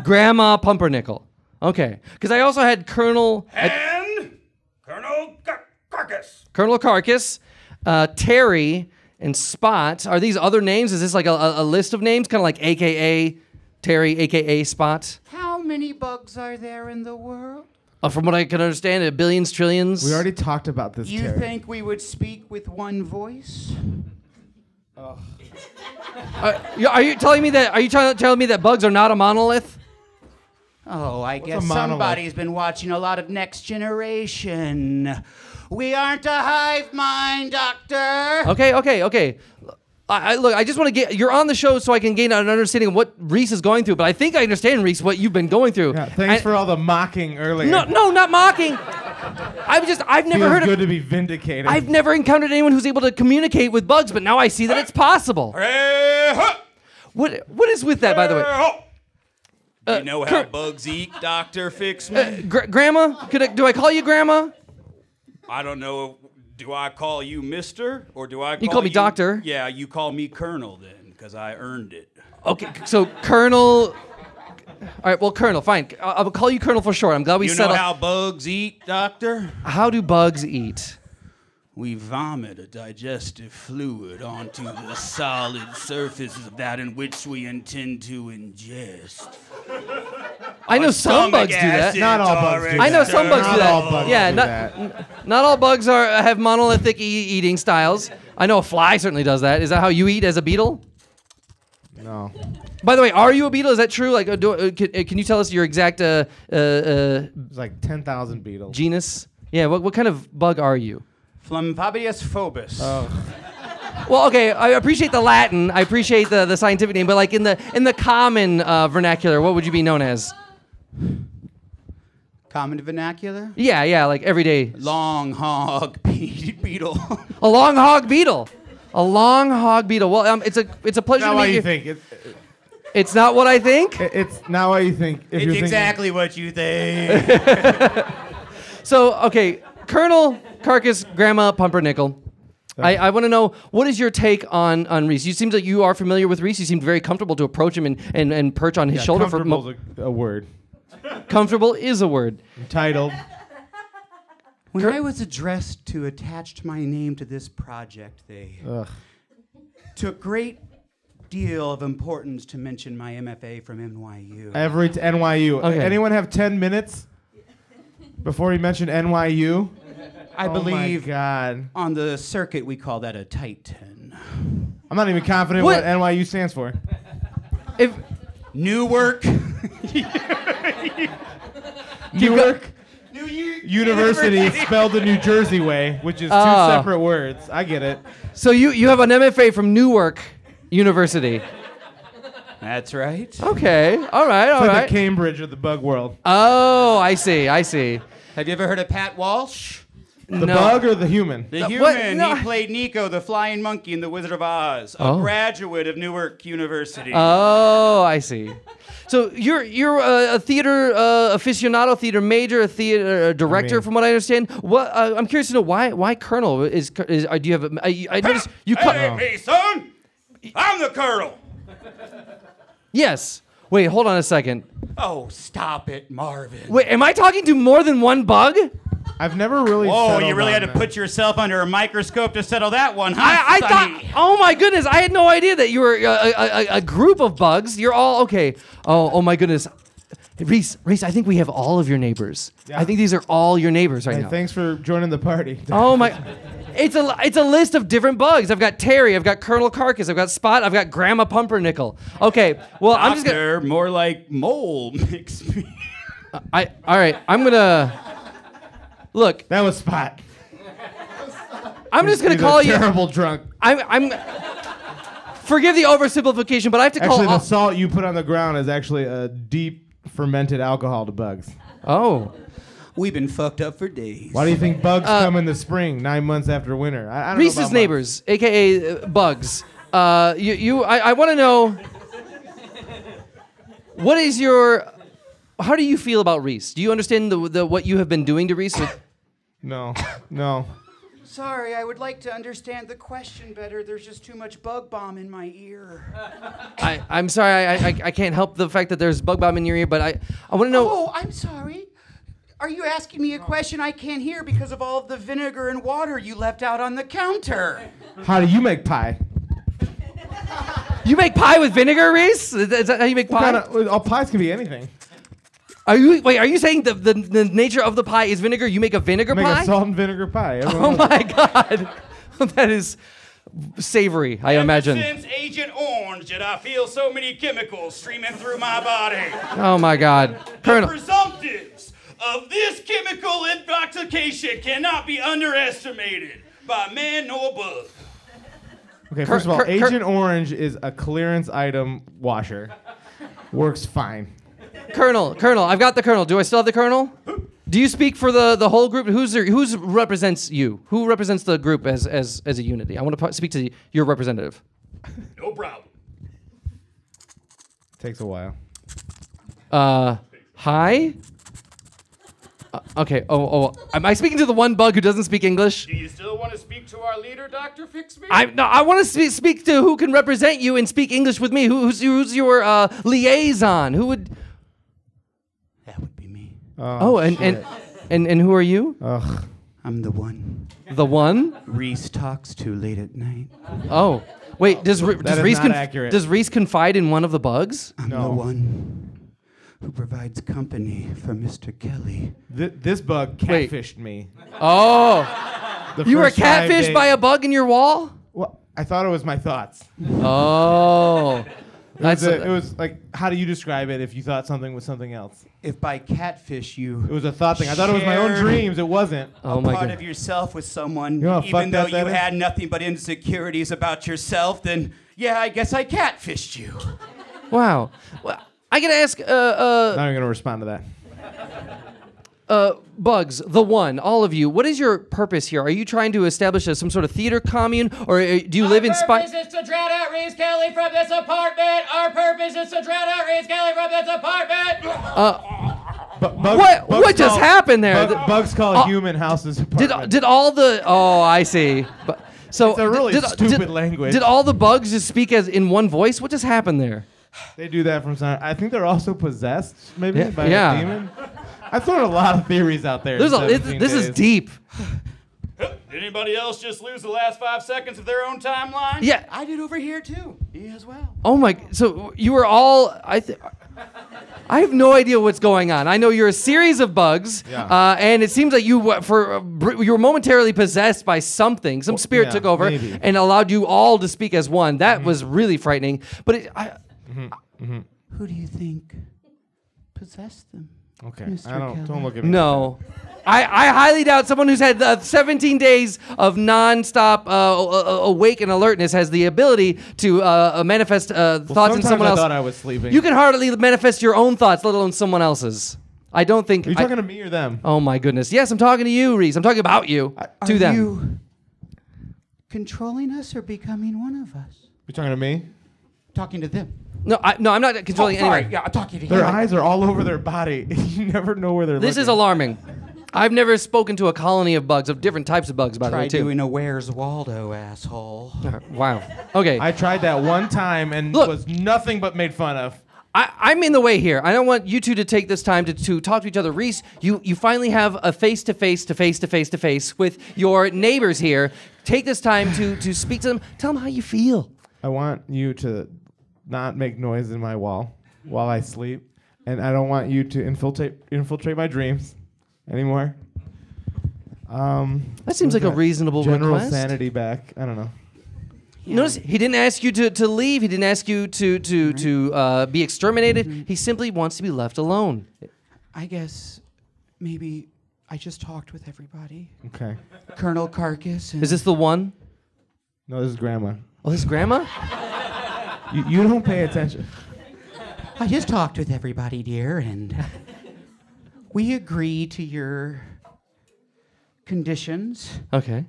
Speaker 1: Grandma Pumpernickel. Okay, because I also had Colonel
Speaker 3: And Colonel Car- Carcass.
Speaker 1: Colonel Carcass, uh, Terry, and Spot. Are these other names? Is this like a, a a list of names, kind of like AKA Terry, AKA Spot?
Speaker 4: How many bugs are there in the world?
Speaker 1: Uh, from what I can understand, uh, billions, trillions.
Speaker 2: We already talked about this.
Speaker 4: You
Speaker 2: Terry.
Speaker 4: think we would speak with one voice?
Speaker 1: Yeah, Are you telling me that? Are you trying to tell me that bugs are not a monolith?
Speaker 4: Oh, I
Speaker 2: a
Speaker 4: guess
Speaker 2: monolith?
Speaker 4: somebody's been watching a lot of Next Generation. We aren't a hive mind, Doctor.
Speaker 1: Okay, okay, okay. I, I, look, I just want to get you're on the show so I can gain an understanding of what Reese is going through. But I think I understand Reese what you've been going through.
Speaker 2: Yeah, thanks
Speaker 1: And-
Speaker 2: for all the mocking earlier.
Speaker 1: no, no, not mocking. I've just I've never
Speaker 2: Feels
Speaker 1: heard
Speaker 2: good
Speaker 1: of.
Speaker 2: to be vindicated.
Speaker 1: I've never encountered anyone who's able to communicate with bugs, but now I see that it's possible.
Speaker 3: Hey, huh.
Speaker 1: What what is with that, by the way?
Speaker 3: Hey, huh. you know how
Speaker 1: Cur-
Speaker 3: bugs eat, Doctor Fix Me?
Speaker 1: Gra- grandma, could I, do I call you Grandma?
Speaker 3: I don't know. Do I call you Mister or do I? Call
Speaker 1: You call me Doctor.
Speaker 3: Yeah, you call me Colonel then, because I earned it.
Speaker 1: Okay, so Colonel. All right, well, Colonel, fine. I- I'll call you Colonel for short. I'm glad we
Speaker 3: you know
Speaker 1: settled.
Speaker 3: how bugs eat, Doctor?
Speaker 1: how do bugs eat?
Speaker 3: We vomit a digestive fluid onto the solid surface of that in which we intend to ingest.
Speaker 1: I know
Speaker 3: Our
Speaker 1: some
Speaker 3: stomach
Speaker 1: bugs do that.
Speaker 3: acid
Speaker 2: Not all bugs do
Speaker 3: already
Speaker 2: that.
Speaker 1: I know some bugs do
Speaker 2: Not
Speaker 1: that.
Speaker 2: all bugs
Speaker 1: yeah,
Speaker 2: do
Speaker 1: not,
Speaker 2: that.
Speaker 1: n- not all bugs are have monolithic e- eating styles. I know a fly certainly does that. Is that how you eat as a beetle?
Speaker 2: No.
Speaker 1: By the way, are you a beetle? Is that true? Like, uh, do, uh, can, uh, can you tell us your exact uh, uh, uh,
Speaker 2: It's like 10,000 beetles.
Speaker 1: genus? Yeah, what, what kind of bug are you?
Speaker 4: Flumpabius phobus.
Speaker 2: Oh.
Speaker 1: Well, okay, I appreciate the Latin. I appreciate the, the scientific name, but like in the in the common uh, vernacular, what would you be known as?
Speaker 4: Common vernacular.
Speaker 1: Yeah, yeah, like every day.
Speaker 3: [laughs]
Speaker 4: Long hog be- beetle.
Speaker 1: A long hog beetle. A long hog beetle. Well, um, it's a it's a pleasure
Speaker 2: not
Speaker 1: to
Speaker 2: what
Speaker 1: meet
Speaker 2: you
Speaker 1: you.
Speaker 2: think. It,
Speaker 1: It's not what I think.
Speaker 2: it- it's not what you think. If you're
Speaker 3: It's
Speaker 2: thinking-
Speaker 3: exactly what you think.
Speaker 1: So, okay, Colonel Carcass, Grandma Pumpernickel. I, I want to know what is your take on, on Reese? You seems like you are familiar with Reese. You seemed very comfortable to approach him and, and, and perch on his shoulder. For
Speaker 2: Comfortable's
Speaker 1: mo-
Speaker 2: a, a word.
Speaker 1: comfortable is a word.
Speaker 2: Entitled.
Speaker 4: [laughs] when I was addressed to attached my name to this project, they
Speaker 2: Ugh.
Speaker 4: took great deal of importance to mention my MFA from NYU.
Speaker 2: Every t- NYU.
Speaker 1: Okay.
Speaker 2: Anyone have 10 minutes before he mentioned NYU?
Speaker 4: I
Speaker 2: Oh my
Speaker 4: believe
Speaker 2: God.
Speaker 4: on the circuit we call that a Titan.
Speaker 2: I'm not even confident
Speaker 1: What?
Speaker 2: what, NYU
Speaker 1: [laughs]
Speaker 2: stands for.
Speaker 1: If
Speaker 3: [laughs]
Speaker 4: New work.
Speaker 2: Newark
Speaker 4: New year.
Speaker 2: University spelled the New Jersey way, which is two
Speaker 1: Oh.
Speaker 2: separate words. I get it.
Speaker 1: so, you you have an MFA from Newark University.
Speaker 4: That's right.
Speaker 1: Okay, all right, all
Speaker 2: Like
Speaker 1: right.
Speaker 2: the Cambridge of the bug world.
Speaker 1: oh, I see, I see.
Speaker 4: Have you ever heard of Pat Walsh?
Speaker 2: The
Speaker 1: no.
Speaker 2: bug or the human?
Speaker 4: The
Speaker 1: Uh,
Speaker 4: human.
Speaker 1: what? No.
Speaker 4: He played Nico, the flying monkey in The Wizard of Oz, a
Speaker 1: Oh.
Speaker 4: graduate of Newark University.
Speaker 1: Oh, I see. So you're you're a, a theater uh, aficionado, theater major, a theater uh, director,
Speaker 2: mean-
Speaker 1: from what I understand. What uh, I'm curious to know why why Colonel is is uh, do you have a, I, I noticed you cut
Speaker 3: Hey, me, son! I'm the colonel!
Speaker 1: yes. Wait, hold on a second.
Speaker 4: oh, stop it, Marvin.
Speaker 1: Wait, am I talking to more than one bug?
Speaker 2: I've never really.
Speaker 4: Oh, you
Speaker 2: settled
Speaker 4: really had
Speaker 2: on
Speaker 4: to
Speaker 2: that.
Speaker 4: put yourself under a microscope to settle that one, huh?
Speaker 1: I, I
Speaker 4: sonny?
Speaker 1: thought. Oh my goodness! I had no idea that you were uh, a, a, a group of bugs. You're all okay. Oh, oh my goodness, Reese, Reese. I think we have all of your neighbors.
Speaker 2: Yeah.
Speaker 1: I think these are all your neighbors right
Speaker 2: Hey,
Speaker 1: now.
Speaker 2: thanks for joining the party.
Speaker 1: Oh my! It's a it's a list of different bugs. I've got Terry. I've got Colonel Carcass. I've got Spot. I've got Grandma Pumpernickel. Okay. Well, I'm just gonna.
Speaker 4: Doctor, more like mole [laughs] mix me.
Speaker 1: I all right. I'm gonna. Look,
Speaker 2: That was spot.
Speaker 1: I'm just gonna
Speaker 2: He's
Speaker 1: call
Speaker 2: a
Speaker 1: you.
Speaker 2: terrible drunk.
Speaker 1: I'm I'm. Forgive the oversimplification, but I have to call.
Speaker 2: Actually, the
Speaker 1: all-
Speaker 2: salt you put on the ground is actually a deep fermented alcohol to bugs.
Speaker 1: oh,
Speaker 4: We've been fucked up for days.
Speaker 2: Why do you think bugs come in the spring, nine months after winter? I, I don't know about
Speaker 1: Uh, Reese's
Speaker 2: bugs.
Speaker 1: neighbors, aka uh, bugs. Uh, you you I, I want to know. What is your? How do you feel about Reese? Do you understand the, the what you have been doing to Reese? with-
Speaker 2: No, no.
Speaker 4: Sorry, I would like to understand the question better. There's just too much bug bomb in my ear.
Speaker 1: I, I'm sorry, I, I, I can't help the fact that there's bug bomb in your ear, but I, I want to know.
Speaker 4: Oh, I'm sorry. Are you asking me a question I can't hear because of all of the vinegar and water you left out on the counter?
Speaker 2: How do you make pie?
Speaker 1: You make pie with vinegar, Reese? Is that is that how you make pie?
Speaker 2: Kind of, all pies can be anything.
Speaker 1: Are you wait? Are you saying the, the, the nature of the pie is vinegar? You make a vinegar
Speaker 2: Make
Speaker 1: pie?
Speaker 2: a salt and vinegar pie. Everyone
Speaker 1: oh
Speaker 2: knows.
Speaker 1: my god, [laughs] that is savory. I imagine.
Speaker 3: Since Agent Orange did I feel so many chemicals streaming through my body.
Speaker 1: Oh my god,
Speaker 3: The
Speaker 1: Colonel.
Speaker 3: presumptives of this chemical intoxication cannot be underestimated by man nor bug.
Speaker 2: Okay, first of all,
Speaker 1: cur- cur-
Speaker 2: Agent Orange is a clearance item washer. Works fine.
Speaker 1: Colonel, Colonel, I've got the Colonel. Do I still have the Colonel? Do you speak for the, the whole group? Who's there, who's represents you? Who represents the group as as, as a unity? I want to speak to your representative.
Speaker 3: No problem.
Speaker 2: Takes a while.
Speaker 1: Uh, hi. Uh, okay. Oh, oh. Am I speaking to the one bug who doesn't speak English?
Speaker 3: Do you still want to speak to our leader, Dr. Fixme?
Speaker 1: I no. I want to spe- speak to who can represent you and speak English with me. Who, who's who's your uh, liaison? Who would?
Speaker 4: That would be me.
Speaker 1: Oh, and, and and and who are you?
Speaker 2: Um, Ugh.
Speaker 4: I'm the one
Speaker 1: The one.
Speaker 4: Reese talks to late at night.
Speaker 1: Oh. Wait. Does Re- does
Speaker 2: is
Speaker 1: Reese
Speaker 2: not
Speaker 1: conf-
Speaker 2: accurate.
Speaker 1: does Reese confide in one of the bugs?
Speaker 4: I'm the
Speaker 2: No.
Speaker 4: one who provides company for Mr. Kelly.
Speaker 2: Th- this bug
Speaker 1: Wait.
Speaker 2: catfished me.
Speaker 1: Oh,
Speaker 2: the
Speaker 1: you were
Speaker 2: first five
Speaker 1: catfished
Speaker 2: days-
Speaker 1: by a bug in your wall?
Speaker 2: Well, I thought it was my thoughts.
Speaker 1: Oh, that's
Speaker 2: The- it was like, how do you describe it if you thought something was something else?
Speaker 4: If by catfish you
Speaker 2: It was a thought thing. I thought it was my own
Speaker 4: Shared.
Speaker 2: dreams. It wasn't.
Speaker 1: oh my
Speaker 4: part
Speaker 1: god.
Speaker 4: of yourself with someone,
Speaker 2: know how
Speaker 4: even
Speaker 2: fucked
Speaker 4: though
Speaker 2: up that
Speaker 4: you
Speaker 2: is?
Speaker 4: had nothing but insecurities about yourself, then yeah, I guess I catfished you.
Speaker 1: Wow. Well, I gotta ask, uh, uh,
Speaker 2: Not even gonna respond to that.
Speaker 1: uh, Bugs, the one, all of you. What is your purpose here? Are you trying to establish a, some sort of theater commune, or uh, do you live in
Speaker 5: Our
Speaker 1: spite?
Speaker 5: purpose is to drown out Reese Kelly from this apartment. Our purpose is to drown out Reese Kelly from this apartment.
Speaker 2: Bu- Bugs-
Speaker 1: What?
Speaker 2: Bugs
Speaker 1: What just
Speaker 2: call-
Speaker 1: happened there?
Speaker 2: Bug-
Speaker 1: The-
Speaker 2: bugs call
Speaker 1: Uh,
Speaker 2: human houses
Speaker 1: Did
Speaker 2: apartment.
Speaker 1: did all the? Oh, I see. But, so
Speaker 2: It's a really
Speaker 1: did, did-
Speaker 2: stupid
Speaker 1: did-
Speaker 2: language.
Speaker 1: Did all the bugs just speak as in one voice? What just happened there?
Speaker 2: They do that from time. I think they're also possessed, maybe
Speaker 1: Yeah,
Speaker 2: by
Speaker 1: yeah.
Speaker 2: a demon. I've thrown a lot of theories out there. in
Speaker 1: There's a, it,
Speaker 2: 17
Speaker 1: this is
Speaker 2: days.
Speaker 1: deep.
Speaker 3: Did anybody else just lose the last five seconds of their own timeline?
Speaker 1: Yeah.
Speaker 4: I did over here too. You as well.
Speaker 1: Oh my. So you were all. I. Th- I have no idea what's going on. I know you're a series of bugs,
Speaker 2: Yeah.
Speaker 1: uh, and it seems like you were, for a br- you were momentarily possessed by something. Some spirit
Speaker 2: yeah,
Speaker 1: took over
Speaker 2: maybe. Mm-hmm.
Speaker 1: and allowed you all to speak as one. That was really frightening. But it, I,
Speaker 4: Who do you think possessed them?
Speaker 2: Okay,
Speaker 4: Mr.
Speaker 2: I don't. Don't
Speaker 4: Kelly.
Speaker 2: look at me.
Speaker 1: no, I, I highly doubt someone who's had uh, 17 days of nonstop uh, a- a- awake and alertness has the ability to uh, uh, manifest uh, thoughts in
Speaker 2: Sometimes
Speaker 1: someone
Speaker 2: I
Speaker 1: else.
Speaker 2: thought I was sleeping.
Speaker 1: You can hardly manifest your own thoughts, let alone someone else's. I don't think.
Speaker 2: Are you
Speaker 1: I-
Speaker 2: talking to me or them?
Speaker 1: oh my goodness! Yes, I'm talking to you, Reese. I'm talking about you. to
Speaker 4: Are
Speaker 1: them.
Speaker 4: you controlling us or becoming one of us?
Speaker 2: You talking to me?
Speaker 4: Talking to them.
Speaker 1: No, I, no, I'm not controlling
Speaker 4: oh, sorry.
Speaker 1: anyone.
Speaker 4: Yeah, I'm talking to
Speaker 2: Their
Speaker 4: you.
Speaker 2: eyes are all over their body. [laughs] you never know where they're.
Speaker 1: This is
Speaker 2: looking.
Speaker 1: alarming. I've never spoken to a colony of bugs of different types of bugs, by the
Speaker 4: Try
Speaker 1: way, too. Uh,
Speaker 4: doing a Where's Waldo, asshole.
Speaker 1: wow. Okay.
Speaker 2: I tried that one time and
Speaker 1: Look.
Speaker 2: was nothing but made fun of.
Speaker 1: I, I'm in the way here. I don't want you two to take this time to, to talk to each other. Reese, you, you finally have a face to face to face to face to face with your neighbors here. Take this time to, to speak to them. Tell them how you feel.
Speaker 2: I want you to not make noise in my wall while I sleep, and I don't want you to infiltrate infiltrate my dreams anymore. Um,
Speaker 1: That seems like a
Speaker 2: okay.
Speaker 1: reasonable
Speaker 2: general
Speaker 1: request.
Speaker 2: sanity back. I don't know.
Speaker 1: Notice he didn't ask you to, to leave. He didn't ask you to to to uh, be exterminated. He simply wants to be left alone.
Speaker 4: I guess maybe I just talked with everybody.
Speaker 2: Okay.
Speaker 4: Colonel Carcass. And
Speaker 1: Is this the one?
Speaker 2: No, this is grandma.
Speaker 1: Oh, his grandma.
Speaker 2: You, you don't pay attention.
Speaker 4: I just talked with everybody, dear, and we agree to your conditions
Speaker 1: Okay.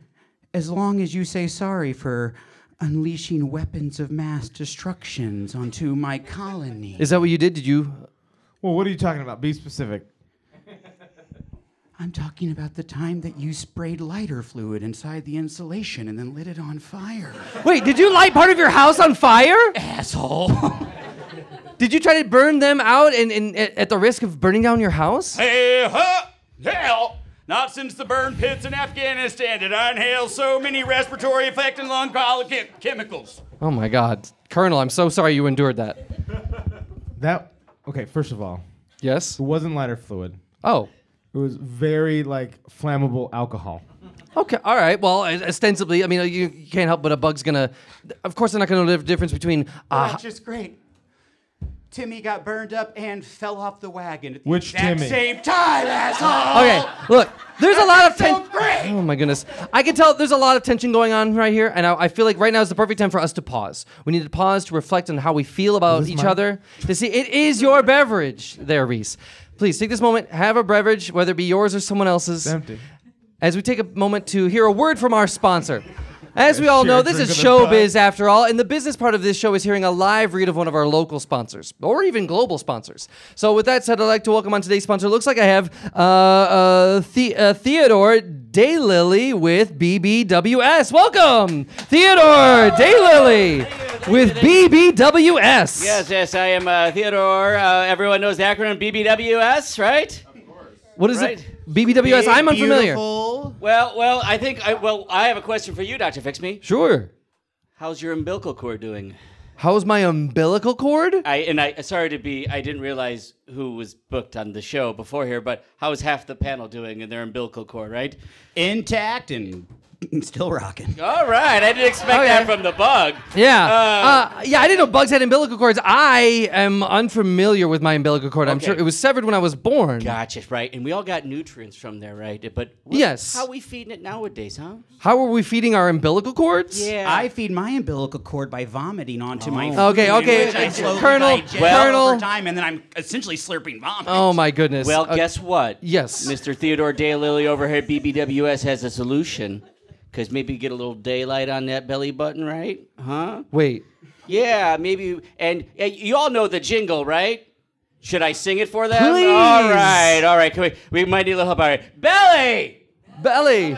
Speaker 4: as long as you say sorry for unleashing weapons of mass destructions onto my colony.
Speaker 1: Is that what you did? Did you?
Speaker 2: Well, what are you talking about? Be specific.
Speaker 4: I'm talking about the time that you sprayed lighter fluid inside the insulation and then lit it on fire.
Speaker 1: Wait, did you light part of your house on fire?
Speaker 4: [laughs] Asshole.
Speaker 1: Did you try to burn them out and, and at at the risk of burning down your house?
Speaker 3: Hey, huh? Hell! Not since the burn pits in Afghanistan did I inhale so many respiratory effect and lung coli- chem- chemicals.
Speaker 1: Oh my God, Colonel, I'm so sorry you endured that.
Speaker 2: That okay. First of all,
Speaker 1: Yes.
Speaker 2: it wasn't lighter fluid.
Speaker 1: Oh.
Speaker 2: It was very like flammable alcohol.
Speaker 1: Okay. All right. Well, o- ostensibly, I mean, you, you can't help but a bug's gonna. Of course, they're not gonna know the difference between. Uh,
Speaker 4: Which is great. Timmy got burned up and fell off the wagon at the
Speaker 2: Which
Speaker 4: exact
Speaker 2: Timmy?
Speaker 4: same time, asshole.
Speaker 1: Okay, look, there's a lot of
Speaker 4: That's so
Speaker 1: tension.
Speaker 4: great!
Speaker 1: Oh my goodness, I can tell there's a lot of tension going on right here, and I, I feel like right now is the perfect time for us to pause. We need to pause to reflect on how we feel about
Speaker 2: this
Speaker 1: each
Speaker 2: mine?
Speaker 1: other. To see, it is your beverage, there, Reese. Please take this moment, have a beverage, whether it be yours or someone else's.
Speaker 2: It's empty.
Speaker 1: As we take a moment to hear a word from our sponsor. As we all know,
Speaker 2: Shared
Speaker 1: this
Speaker 2: drink
Speaker 1: is
Speaker 2: of the pod.
Speaker 1: showbiz after all, and the business part of this show is hearing a live read of one of our local sponsors, or even global sponsors. So, with that said, I'd like to welcome on today's sponsor. Looks like I have uh, uh, the- uh, Theodore Daylily with BBWS. Welcome, Theodore Daylily with BBWS.
Speaker 5: Yes, yes, I am uh, Theodore. Uh, everyone knows the acronym BBWS, right?
Speaker 1: What is
Speaker 5: Right.
Speaker 1: it? BBWS. I'm unfamiliar.
Speaker 4: Beautiful.
Speaker 5: Well, well, I think I well, I have a question for you, Doctor Fix Me.
Speaker 1: Sure.
Speaker 5: How's your umbilical cord doing?
Speaker 1: How's my umbilical cord?
Speaker 5: I and I sorry to be I didn't realize who was booked on the show before here, but how is half the panel doing in their umbilical cord, right?
Speaker 3: Intact
Speaker 4: [laughs]
Speaker 3: and still rocking.
Speaker 5: All right, I didn't expect
Speaker 1: Okay.
Speaker 5: that from the bug.
Speaker 1: Oh, Yeah.
Speaker 5: Uh,
Speaker 1: Uh, yeah, I didn't know bugs had umbilical cords. I am unfamiliar with my umbilical cord. I'm
Speaker 5: Okay.
Speaker 1: sure it was severed when I was born.
Speaker 5: Gotcha, right? And we all got nutrients from there, right? But what-
Speaker 1: Yes.
Speaker 5: how we feeding it nowadays, huh?
Speaker 1: How are we feeding our umbilical cords?
Speaker 4: I feed my umbilical cord by vomiting onto my food,
Speaker 1: Okay, okay.
Speaker 4: which I slowly
Speaker 1: Colonel,
Speaker 4: digest
Speaker 1: Colonel.
Speaker 4: over time, and then I'm essentially slurping vomit.
Speaker 1: Oh my goodness.
Speaker 5: Well,
Speaker 1: Uh,
Speaker 5: guess what?
Speaker 1: yes.
Speaker 5: Mr. Theodore Daylily over here at BBWS has a solution. Because maybe get a little daylight on that belly button, right? Huh?
Speaker 1: Wait.
Speaker 5: Yeah, maybe. And uh, you all know the jingle, right? Should I sing it for them?
Speaker 1: Please.
Speaker 5: All right, all right. Can we, we might need a little help. All right. Belly!
Speaker 1: Belly.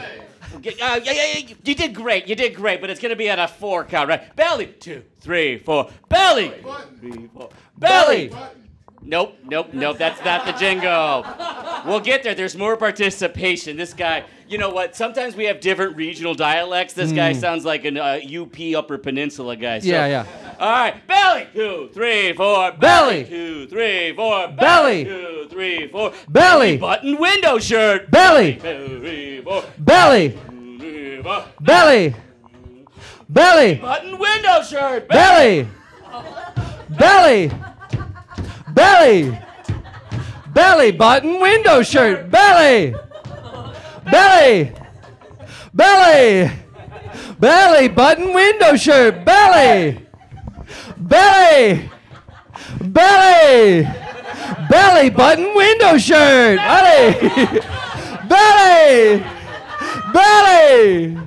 Speaker 5: G- uh, yeah, yeah, yeah, You did great. You did great, but it's gonna be at a four count, right? Belly, two, three, four. Belly, three, four. Belly. Nope, nope, nope. That's not the jingle. We'll get there. There's more participation. This guy, you know what? Sometimes we have different regional dialects. This guy sounds like an uh, UP Upper Peninsula guy. So.
Speaker 1: Hmm. Yeah, yeah.
Speaker 5: All right, belly, two, three, four.
Speaker 1: Belly.
Speaker 5: two, three, four.
Speaker 1: Belly.
Speaker 5: two, three, four.
Speaker 1: Belly.
Speaker 5: button window shirt.
Speaker 1: Belly.
Speaker 5: Two, three, four.
Speaker 1: Belly.
Speaker 5: Two, three, four.
Speaker 1: Belly. Belly.
Speaker 5: Button window shirt.
Speaker 1: Belly. Belly. Belly. Belly button window shirt. Belly. Belly. Belly. Belly button window shirt. Belly. Belly. Belly. Belly button window shirt. Belly. Belly. Belly.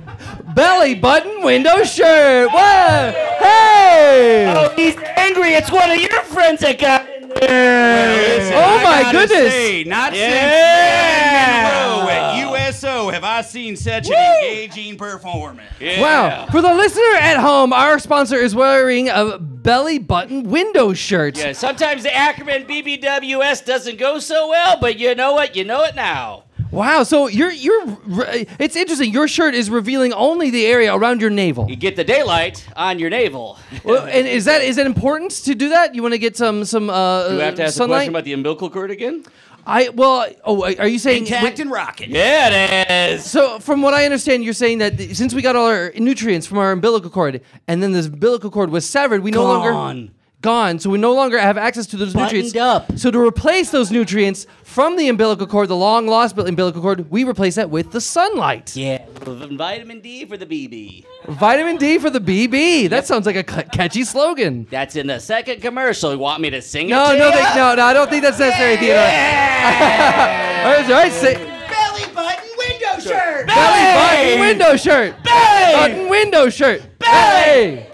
Speaker 1: Belly button window shirt. What? Hey.
Speaker 5: Oh, he's angry. It's one of your friends that got in there.
Speaker 1: Oh my
Speaker 3: gotta
Speaker 1: goodness.
Speaker 3: say, not
Speaker 5: Yeah.
Speaker 3: since Marilyn Monroe at USO have I seen such an engaging performance.
Speaker 1: Wow. For the listener at home, our sponsor is wearing a belly button window shirt.
Speaker 5: Yeah, sometimes the Ackerman BBWS doesn't go so well, but you know what? You know it now.
Speaker 1: Wow. So you're you're re- it's interesting. Your shirt is revealing only the area around your navel.
Speaker 5: You get the daylight on your navel.
Speaker 1: Well, and is that is it important to do that? You want to get some some uh
Speaker 5: you have to ask
Speaker 1: sunlight?
Speaker 5: a question about the umbilical cord again?
Speaker 1: I well, oh, are you saying
Speaker 4: Intact and rocking.
Speaker 5: Yeah, it is.
Speaker 1: So, from what I understand, you're saying that th- since we got all our nutrients from our umbilical cord, and then this umbilical cord was severed, we no longer
Speaker 5: Gone.
Speaker 1: gone. So we no longer have access to those nutrients.
Speaker 5: up.
Speaker 1: So to replace those nutrients from the umbilical cord, the long lost umbilical cord, we replace that with the sunlight.
Speaker 5: Yeah, vitamin D for the BB.
Speaker 1: Vitamin D for the BB. That sounds like a c- catchy slogan.
Speaker 5: That's in the second commercial. You want me to sing
Speaker 1: No,
Speaker 5: it? to
Speaker 1: no,
Speaker 5: you?
Speaker 1: they, no, no. I don't think that's necessary, Theodore. [laughs] all right, all right, say,
Speaker 4: Belly button window shirt.
Speaker 1: belly button window shirt.
Speaker 5: Belly!
Speaker 1: button window shirt.
Speaker 5: Belly!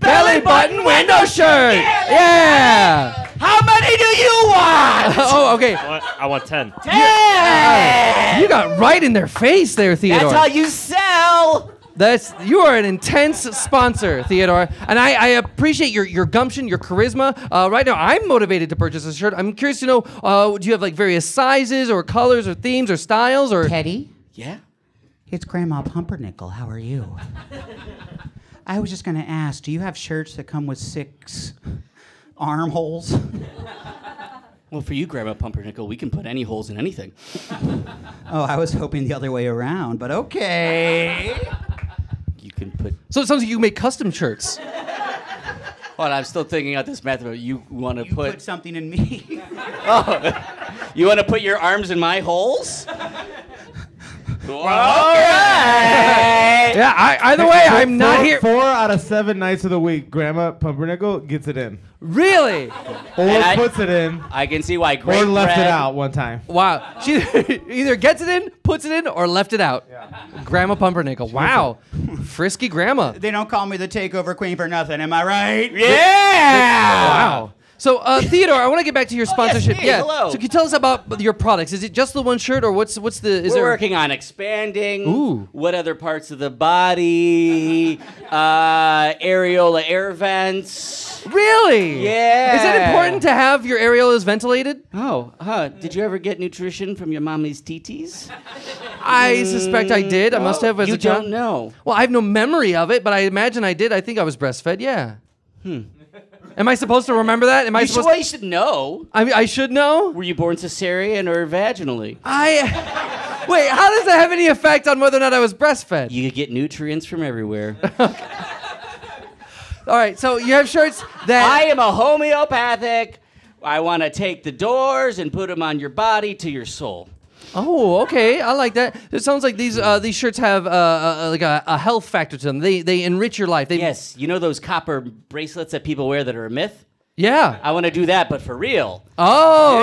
Speaker 1: Belly button window shirt. Yeah.
Speaker 5: How many do you want?
Speaker 1: [laughs] Oh, okay. uh,
Speaker 6: I want 10.
Speaker 5: Yeah!
Speaker 1: You got right in their face there, Theodore.
Speaker 5: That's how you sell.
Speaker 1: That's you are an intense sponsor, Theodore, and I, I appreciate your, your gumption, your charisma. Uh, right now, I'm motivated to purchase a shirt. I'm curious to know, uh, do you have like various sizes or colors or themes or styles or?
Speaker 4: Teddy,
Speaker 5: Yeah.
Speaker 4: it's Grandma Pumpernickel. How are you? I was just gonna ask, do you have shirts that come with six armholes?
Speaker 5: Well, for you, Grandma Pumpernickel, we can put any holes in anything.
Speaker 4: Oh, I was hoping the other way around, but okay.
Speaker 5: You can put.
Speaker 1: So it sounds like you make custom shirts.
Speaker 5: Hold on, I'm still thinking out this method. But you want to
Speaker 4: You put,
Speaker 5: put?
Speaker 4: something in me. [laughs]
Speaker 5: You want to put your arms in my holes? All right.
Speaker 1: Yeah. I, either way, I'm not
Speaker 2: Four-
Speaker 1: here.
Speaker 2: Four out of seven nights of the week, Grandma Pumpernickel gets it in,
Speaker 1: Really?
Speaker 2: or
Speaker 5: I-
Speaker 2: puts it in,
Speaker 5: I can see why. Great
Speaker 2: or left
Speaker 5: bread-
Speaker 2: it out one time.
Speaker 1: Wow. She [laughs] either gets it in, puts it in, or left it out. Grandma Pumpernickel. Wow.
Speaker 5: [laughs]
Speaker 1: Frisky grandma.
Speaker 4: they don't call me the takeover queen for nothing, am I right?
Speaker 5: Yeah.
Speaker 1: Wow. So, uh, Theodore, I want to get back to your sponsorship.
Speaker 5: hey,
Speaker 1: yeah.
Speaker 5: hello.
Speaker 1: So, can you tell us about your products? Is it just the one shirt, or what's what's the? Is
Speaker 5: We're
Speaker 1: there?
Speaker 5: working on expanding.
Speaker 1: Ooh.
Speaker 5: What other parts of
Speaker 4: [laughs]
Speaker 5: the body? Uh, areola air vents.
Speaker 1: Really?
Speaker 5: Yeah.
Speaker 1: Is it important to have your areolas ventilated?
Speaker 5: Oh, huh. Did you ever get nutrition from your mommy's TTs?
Speaker 1: I suspect I did. I must have as
Speaker 5: Mm, you
Speaker 1: a child.
Speaker 5: don't know.
Speaker 1: Well, I have no memory of it, but I imagine I did. I think I was breastfed. Yeah. Am I supposed to remember that? Am I
Speaker 5: Hmm. You should,
Speaker 1: supposed?
Speaker 5: well, you should know.
Speaker 1: I mean, I should know.
Speaker 5: Were you born cesarean or vaginally?
Speaker 1: I wait. How does that have any effect on whether or not I was breastfed?
Speaker 5: You could get nutrients from everywhere.
Speaker 1: All right. So you have shirts
Speaker 5: I
Speaker 1: that
Speaker 5: am a homeopathic. I want to take the doors and put them on your body to your soul.
Speaker 1: Oh, okay. I like that. It sounds like these uh, these shirts have uh, uh, like a, a health factor to them. They they enrich your life. They,
Speaker 5: Yes, you know those copper bracelets that people wear that are a myth?
Speaker 1: Yeah.
Speaker 5: I want to do that, but for real.
Speaker 1: Oh,
Speaker 5: Yeah.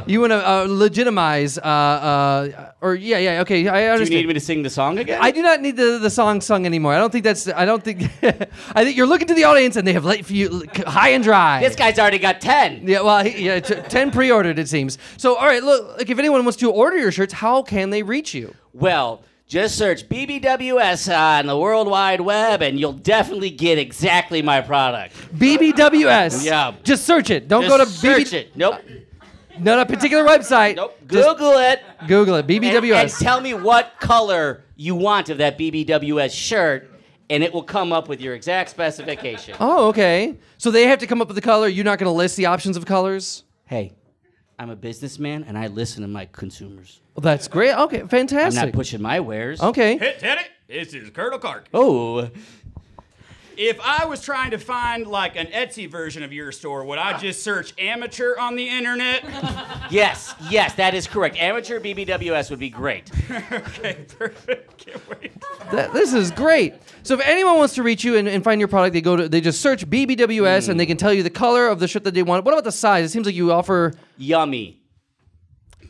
Speaker 1: okay. You want to uh, legitimize, uh, uh, or yeah, yeah. Okay, I
Speaker 5: Do
Speaker 1: understand.
Speaker 5: you need me to sing the song again?
Speaker 1: I do not need the, the song sung anymore. I don't think that's. I don't think. [laughs] I think you're looking to the audience, and they have let you look high and dry.
Speaker 5: This guy's already got 10.
Speaker 1: Yeah, well, he, yeah, t- ten pre-ordered it seems. So, all right, look, like if anyone wants to order your shirts, how can they reach you?
Speaker 5: Well, just search BBWS on the World Wide Web and you'll definitely get exactly my product.
Speaker 1: BBWS.
Speaker 5: Yeah.
Speaker 1: Just search it. Don't
Speaker 5: Just
Speaker 1: go to
Speaker 5: search
Speaker 1: BB-
Speaker 5: it. Nope.
Speaker 1: Not a particular website.
Speaker 5: Nope.
Speaker 1: Just
Speaker 5: Google it.
Speaker 1: Google it. BBWS.
Speaker 5: And, and tell me what color you want of that BBWS shirt, and it will come up with your exact specification.
Speaker 1: Oh, okay. So they have to come up with the color. You're not going to list the options of colors.
Speaker 5: Hey, I'm a businessman and I listen to my consumers.
Speaker 1: Well, Oh, that's great. Okay,
Speaker 5: I'm not
Speaker 1: fantastic.
Speaker 5: pushing my wares.
Speaker 1: okay.
Speaker 3: Hit, hit it. This is Colonel Clark.
Speaker 5: Oh,
Speaker 3: If I was trying to find like an Etsy version of your store, would I just search amateur on the internet?
Speaker 5: yes, yes, that is correct. Amateur BBWS would be great.
Speaker 3: okay, perfect. Can't wait.
Speaker 1: Th- this is great. So if anyone wants to reach you and, and find your product, they go to they just search BBWS and they can tell you the color of the shirt that they want. What about the size? It seems like you offer.
Speaker 5: Yummy.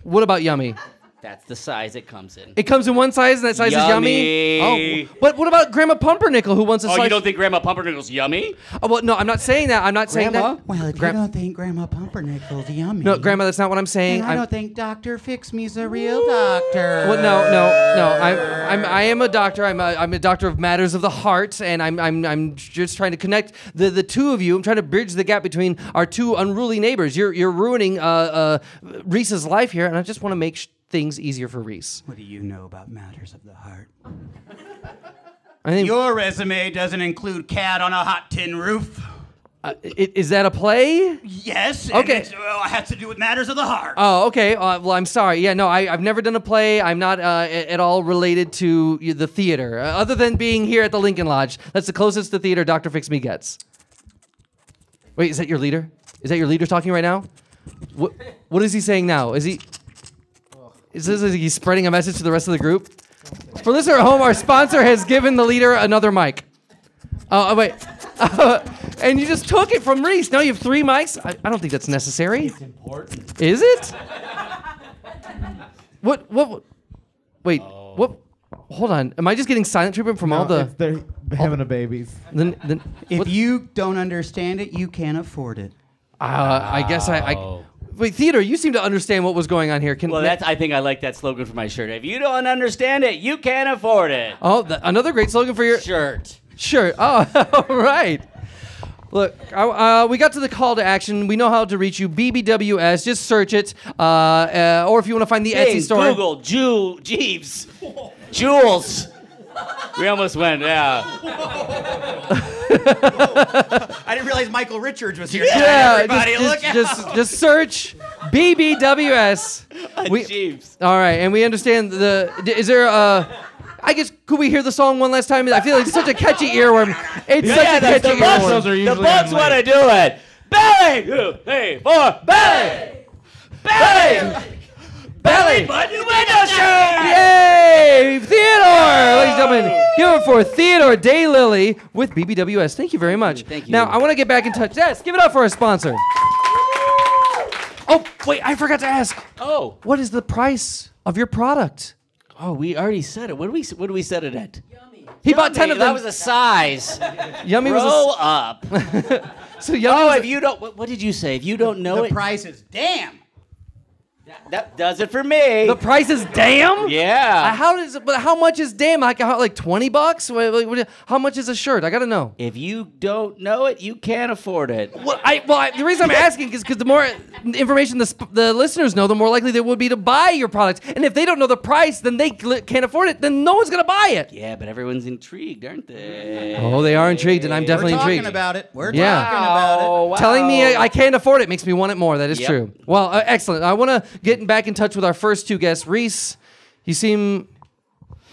Speaker 1: What about yummy?
Speaker 5: That's the size it comes in.
Speaker 1: It comes in one size and that size is yummy.
Speaker 5: Yummy.
Speaker 1: Oh, but what about Grandma Pumpernickel who wants a
Speaker 5: Oh,
Speaker 1: slice?
Speaker 5: you don't think Grandma Pumpernickel's yummy?
Speaker 1: Oh, well, no, I'm not saying that. I'm not saying that.
Speaker 4: [laughs] Well, if
Speaker 1: Gra-
Speaker 4: you don't think Grandma Pumpernickel's yummy,
Speaker 1: No, Grandma, that's not what I'm saying.
Speaker 4: then I
Speaker 1: I'm-
Speaker 4: don't think Doctor Fix Me's a real doctor.
Speaker 1: Well, no, no, no. I'm, I'm, I am a doctor. I'm a, I'm a doctor of matters of the heart, and I'm, I'm, I'm just trying to connect the, the two of you. I'm trying to bridge the gap between our two unruly neighbors. You're, you're ruining uh, uh, Reese's life here, and I just want to make sh- things easier for Reese.
Speaker 4: What do you know about matters of the heart?
Speaker 1: I think
Speaker 3: Your resume doesn't include cat on a hot tin roof.
Speaker 1: uh, i- is that a play?
Speaker 3: Yes.
Speaker 1: Okay.
Speaker 3: And it well, it has to do with matters of the heart.
Speaker 1: Oh, okay. Uh, well, I'm sorry. Yeah, no, I, I've never done a play. I'm not uh, a- at all related to y- the theater, uh, other than being here at the Lincoln Lodge. That's the closest to theater Doctor Fix Me gets. Wait, is that your leader? Is that your leader talking right now? What What is he saying now? Is he? Is this is he spreading a message to the rest of the group? For listener at home, our sponsor has given the leader another mic. Oh, oh, wait. [laughs] and you just took it from Reese. Now you have three mics. I, I don't think that's necessary. It's important. Is it? what? What? Wait. What? Hold on. Am I just getting silent treatment from all
Speaker 2: No,
Speaker 1: the? Oh.
Speaker 2: it's- they're having a babies.
Speaker 1: Then, then,
Speaker 4: If
Speaker 1: what-
Speaker 4: you don't understand it, you can't afford it.
Speaker 1: uh, I guess I, I. Wait, Theodore, you seem to understand what was going on here. Can
Speaker 5: Well, that's. I think I like that slogan for my shirt. If you don't understand it, you can't afford it.
Speaker 1: Oh, th- another great slogan for your
Speaker 5: Shirt.
Speaker 1: Sure. [laughs] Oh, all right. Look, I- uh, we got to the call to action. We know how to reach you. BBWS. Just search it, uh, uh, or if you want to find the
Speaker 5: Bing,
Speaker 1: Etsy store.
Speaker 5: Google, Jew, Jeeves, Jules. We almost went. Yeah.
Speaker 3: I didn't realize Michael Richards was here.
Speaker 1: Yeah,
Speaker 3: everybody,
Speaker 1: just,
Speaker 3: look out.
Speaker 1: just, just, just search BBWS. We-
Speaker 5: Jeeves.
Speaker 1: all right, and we understand the. d- Is there a? I guess could we hear the song one last time? I feel like it's such a catchy earworm. It's such
Speaker 5: Yeah,
Speaker 1: a
Speaker 5: the,
Speaker 1: catchy
Speaker 5: the
Speaker 1: earworm.
Speaker 5: bugs,
Speaker 2: Those are
Speaker 5: the
Speaker 2: usually
Speaker 5: bugs
Speaker 2: on
Speaker 5: want to
Speaker 2: late.
Speaker 5: do it. Belly, two, three, four, belly, belly, belly, button window shirt.
Speaker 1: Yay! Theodore! Ladies and gentlemen, give it up for Theodore Daylily with BBWS. Thank you very much.
Speaker 5: Thank you.
Speaker 1: Now, I want to get back in touch. Yes, give it up for our sponsor. Oh, wait, I forgot to ask.
Speaker 5: Oh,
Speaker 1: What is the price of your product?
Speaker 5: oh, we already said it. What do we? What do we set it at?
Speaker 1: He bought 10 of them.
Speaker 5: That was a size.
Speaker 1: yummy was
Speaker 5: Grow
Speaker 1: a, [laughs]
Speaker 5: up.
Speaker 1: so yummy
Speaker 5: Oh,
Speaker 1: was a-
Speaker 5: if you don't, what, what did you say? If you don't know
Speaker 6: The
Speaker 5: it,
Speaker 6: price is damn.
Speaker 5: That does it for me.
Speaker 1: The price is damn. Uh,
Speaker 5: yeah.
Speaker 1: How does? But how much is damn? Like how, like twenty bucks? Wait, wait, what- How much is a shirt? I gotta know.
Speaker 5: if you don't know it, you can't afford it.
Speaker 1: Well, I, well I, the reason I'm [laughs] asking is because the more information the, sp- the listeners know, the more likely they would be to buy your product. And if they don't know the price, then they cl- can't afford it. Then no one's gonna buy it.
Speaker 5: Yeah, but everyone's intrigued, aren't they?
Speaker 1: Oh, they are intrigued, and I'm definitely
Speaker 6: We're talking
Speaker 1: intrigued.
Speaker 6: about it. We're
Speaker 1: Yeah.
Speaker 6: talking about it.
Speaker 5: wow.
Speaker 1: Telling me I, I can't afford it makes me want it more. That is
Speaker 5: Yep.
Speaker 1: true. Well, uh, excellent. I want to get back in touch with our first two guests. Reese, you seem.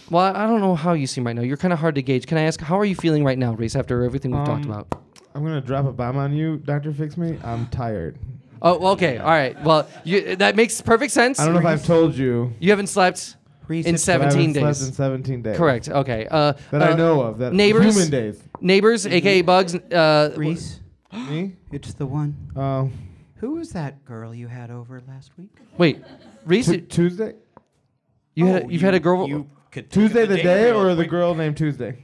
Speaker 1: Well, I don't know how you seem right now. You're kind of hard to gauge. Can I ask, how are you feeling right now, Reese, after everything we've talked
Speaker 2: Um,
Speaker 1: about?
Speaker 2: I'm gonna drop a bomb on you, Doctor Fix Me. I'm tired.
Speaker 1: Oh, okay. All right. Well, you, that makes perfect sense.
Speaker 2: I don't know if I've told you.
Speaker 1: You haven't slept
Speaker 4: Reese,
Speaker 1: in
Speaker 4: it's what I
Speaker 2: but I haven't
Speaker 1: 17
Speaker 2: slept
Speaker 1: days.
Speaker 2: in 17 days.
Speaker 1: Correct. Okay. Uh,
Speaker 2: That
Speaker 1: uh,
Speaker 2: I know of. That
Speaker 1: neighbors?
Speaker 2: Human days.
Speaker 1: Neighbors, aka Bugs. Uh,
Speaker 4: Reese,
Speaker 2: Me?
Speaker 4: it's the one.
Speaker 2: Um,
Speaker 4: Who was that girl you had over last week?
Speaker 1: Wait, Reese,
Speaker 2: Tu- Tuesday.
Speaker 1: you had
Speaker 4: oh,
Speaker 1: you've had a girl.
Speaker 6: Oh, You could think of
Speaker 2: Tuesday the day
Speaker 6: real
Speaker 2: or the
Speaker 6: quick.
Speaker 2: girl named Tuesday?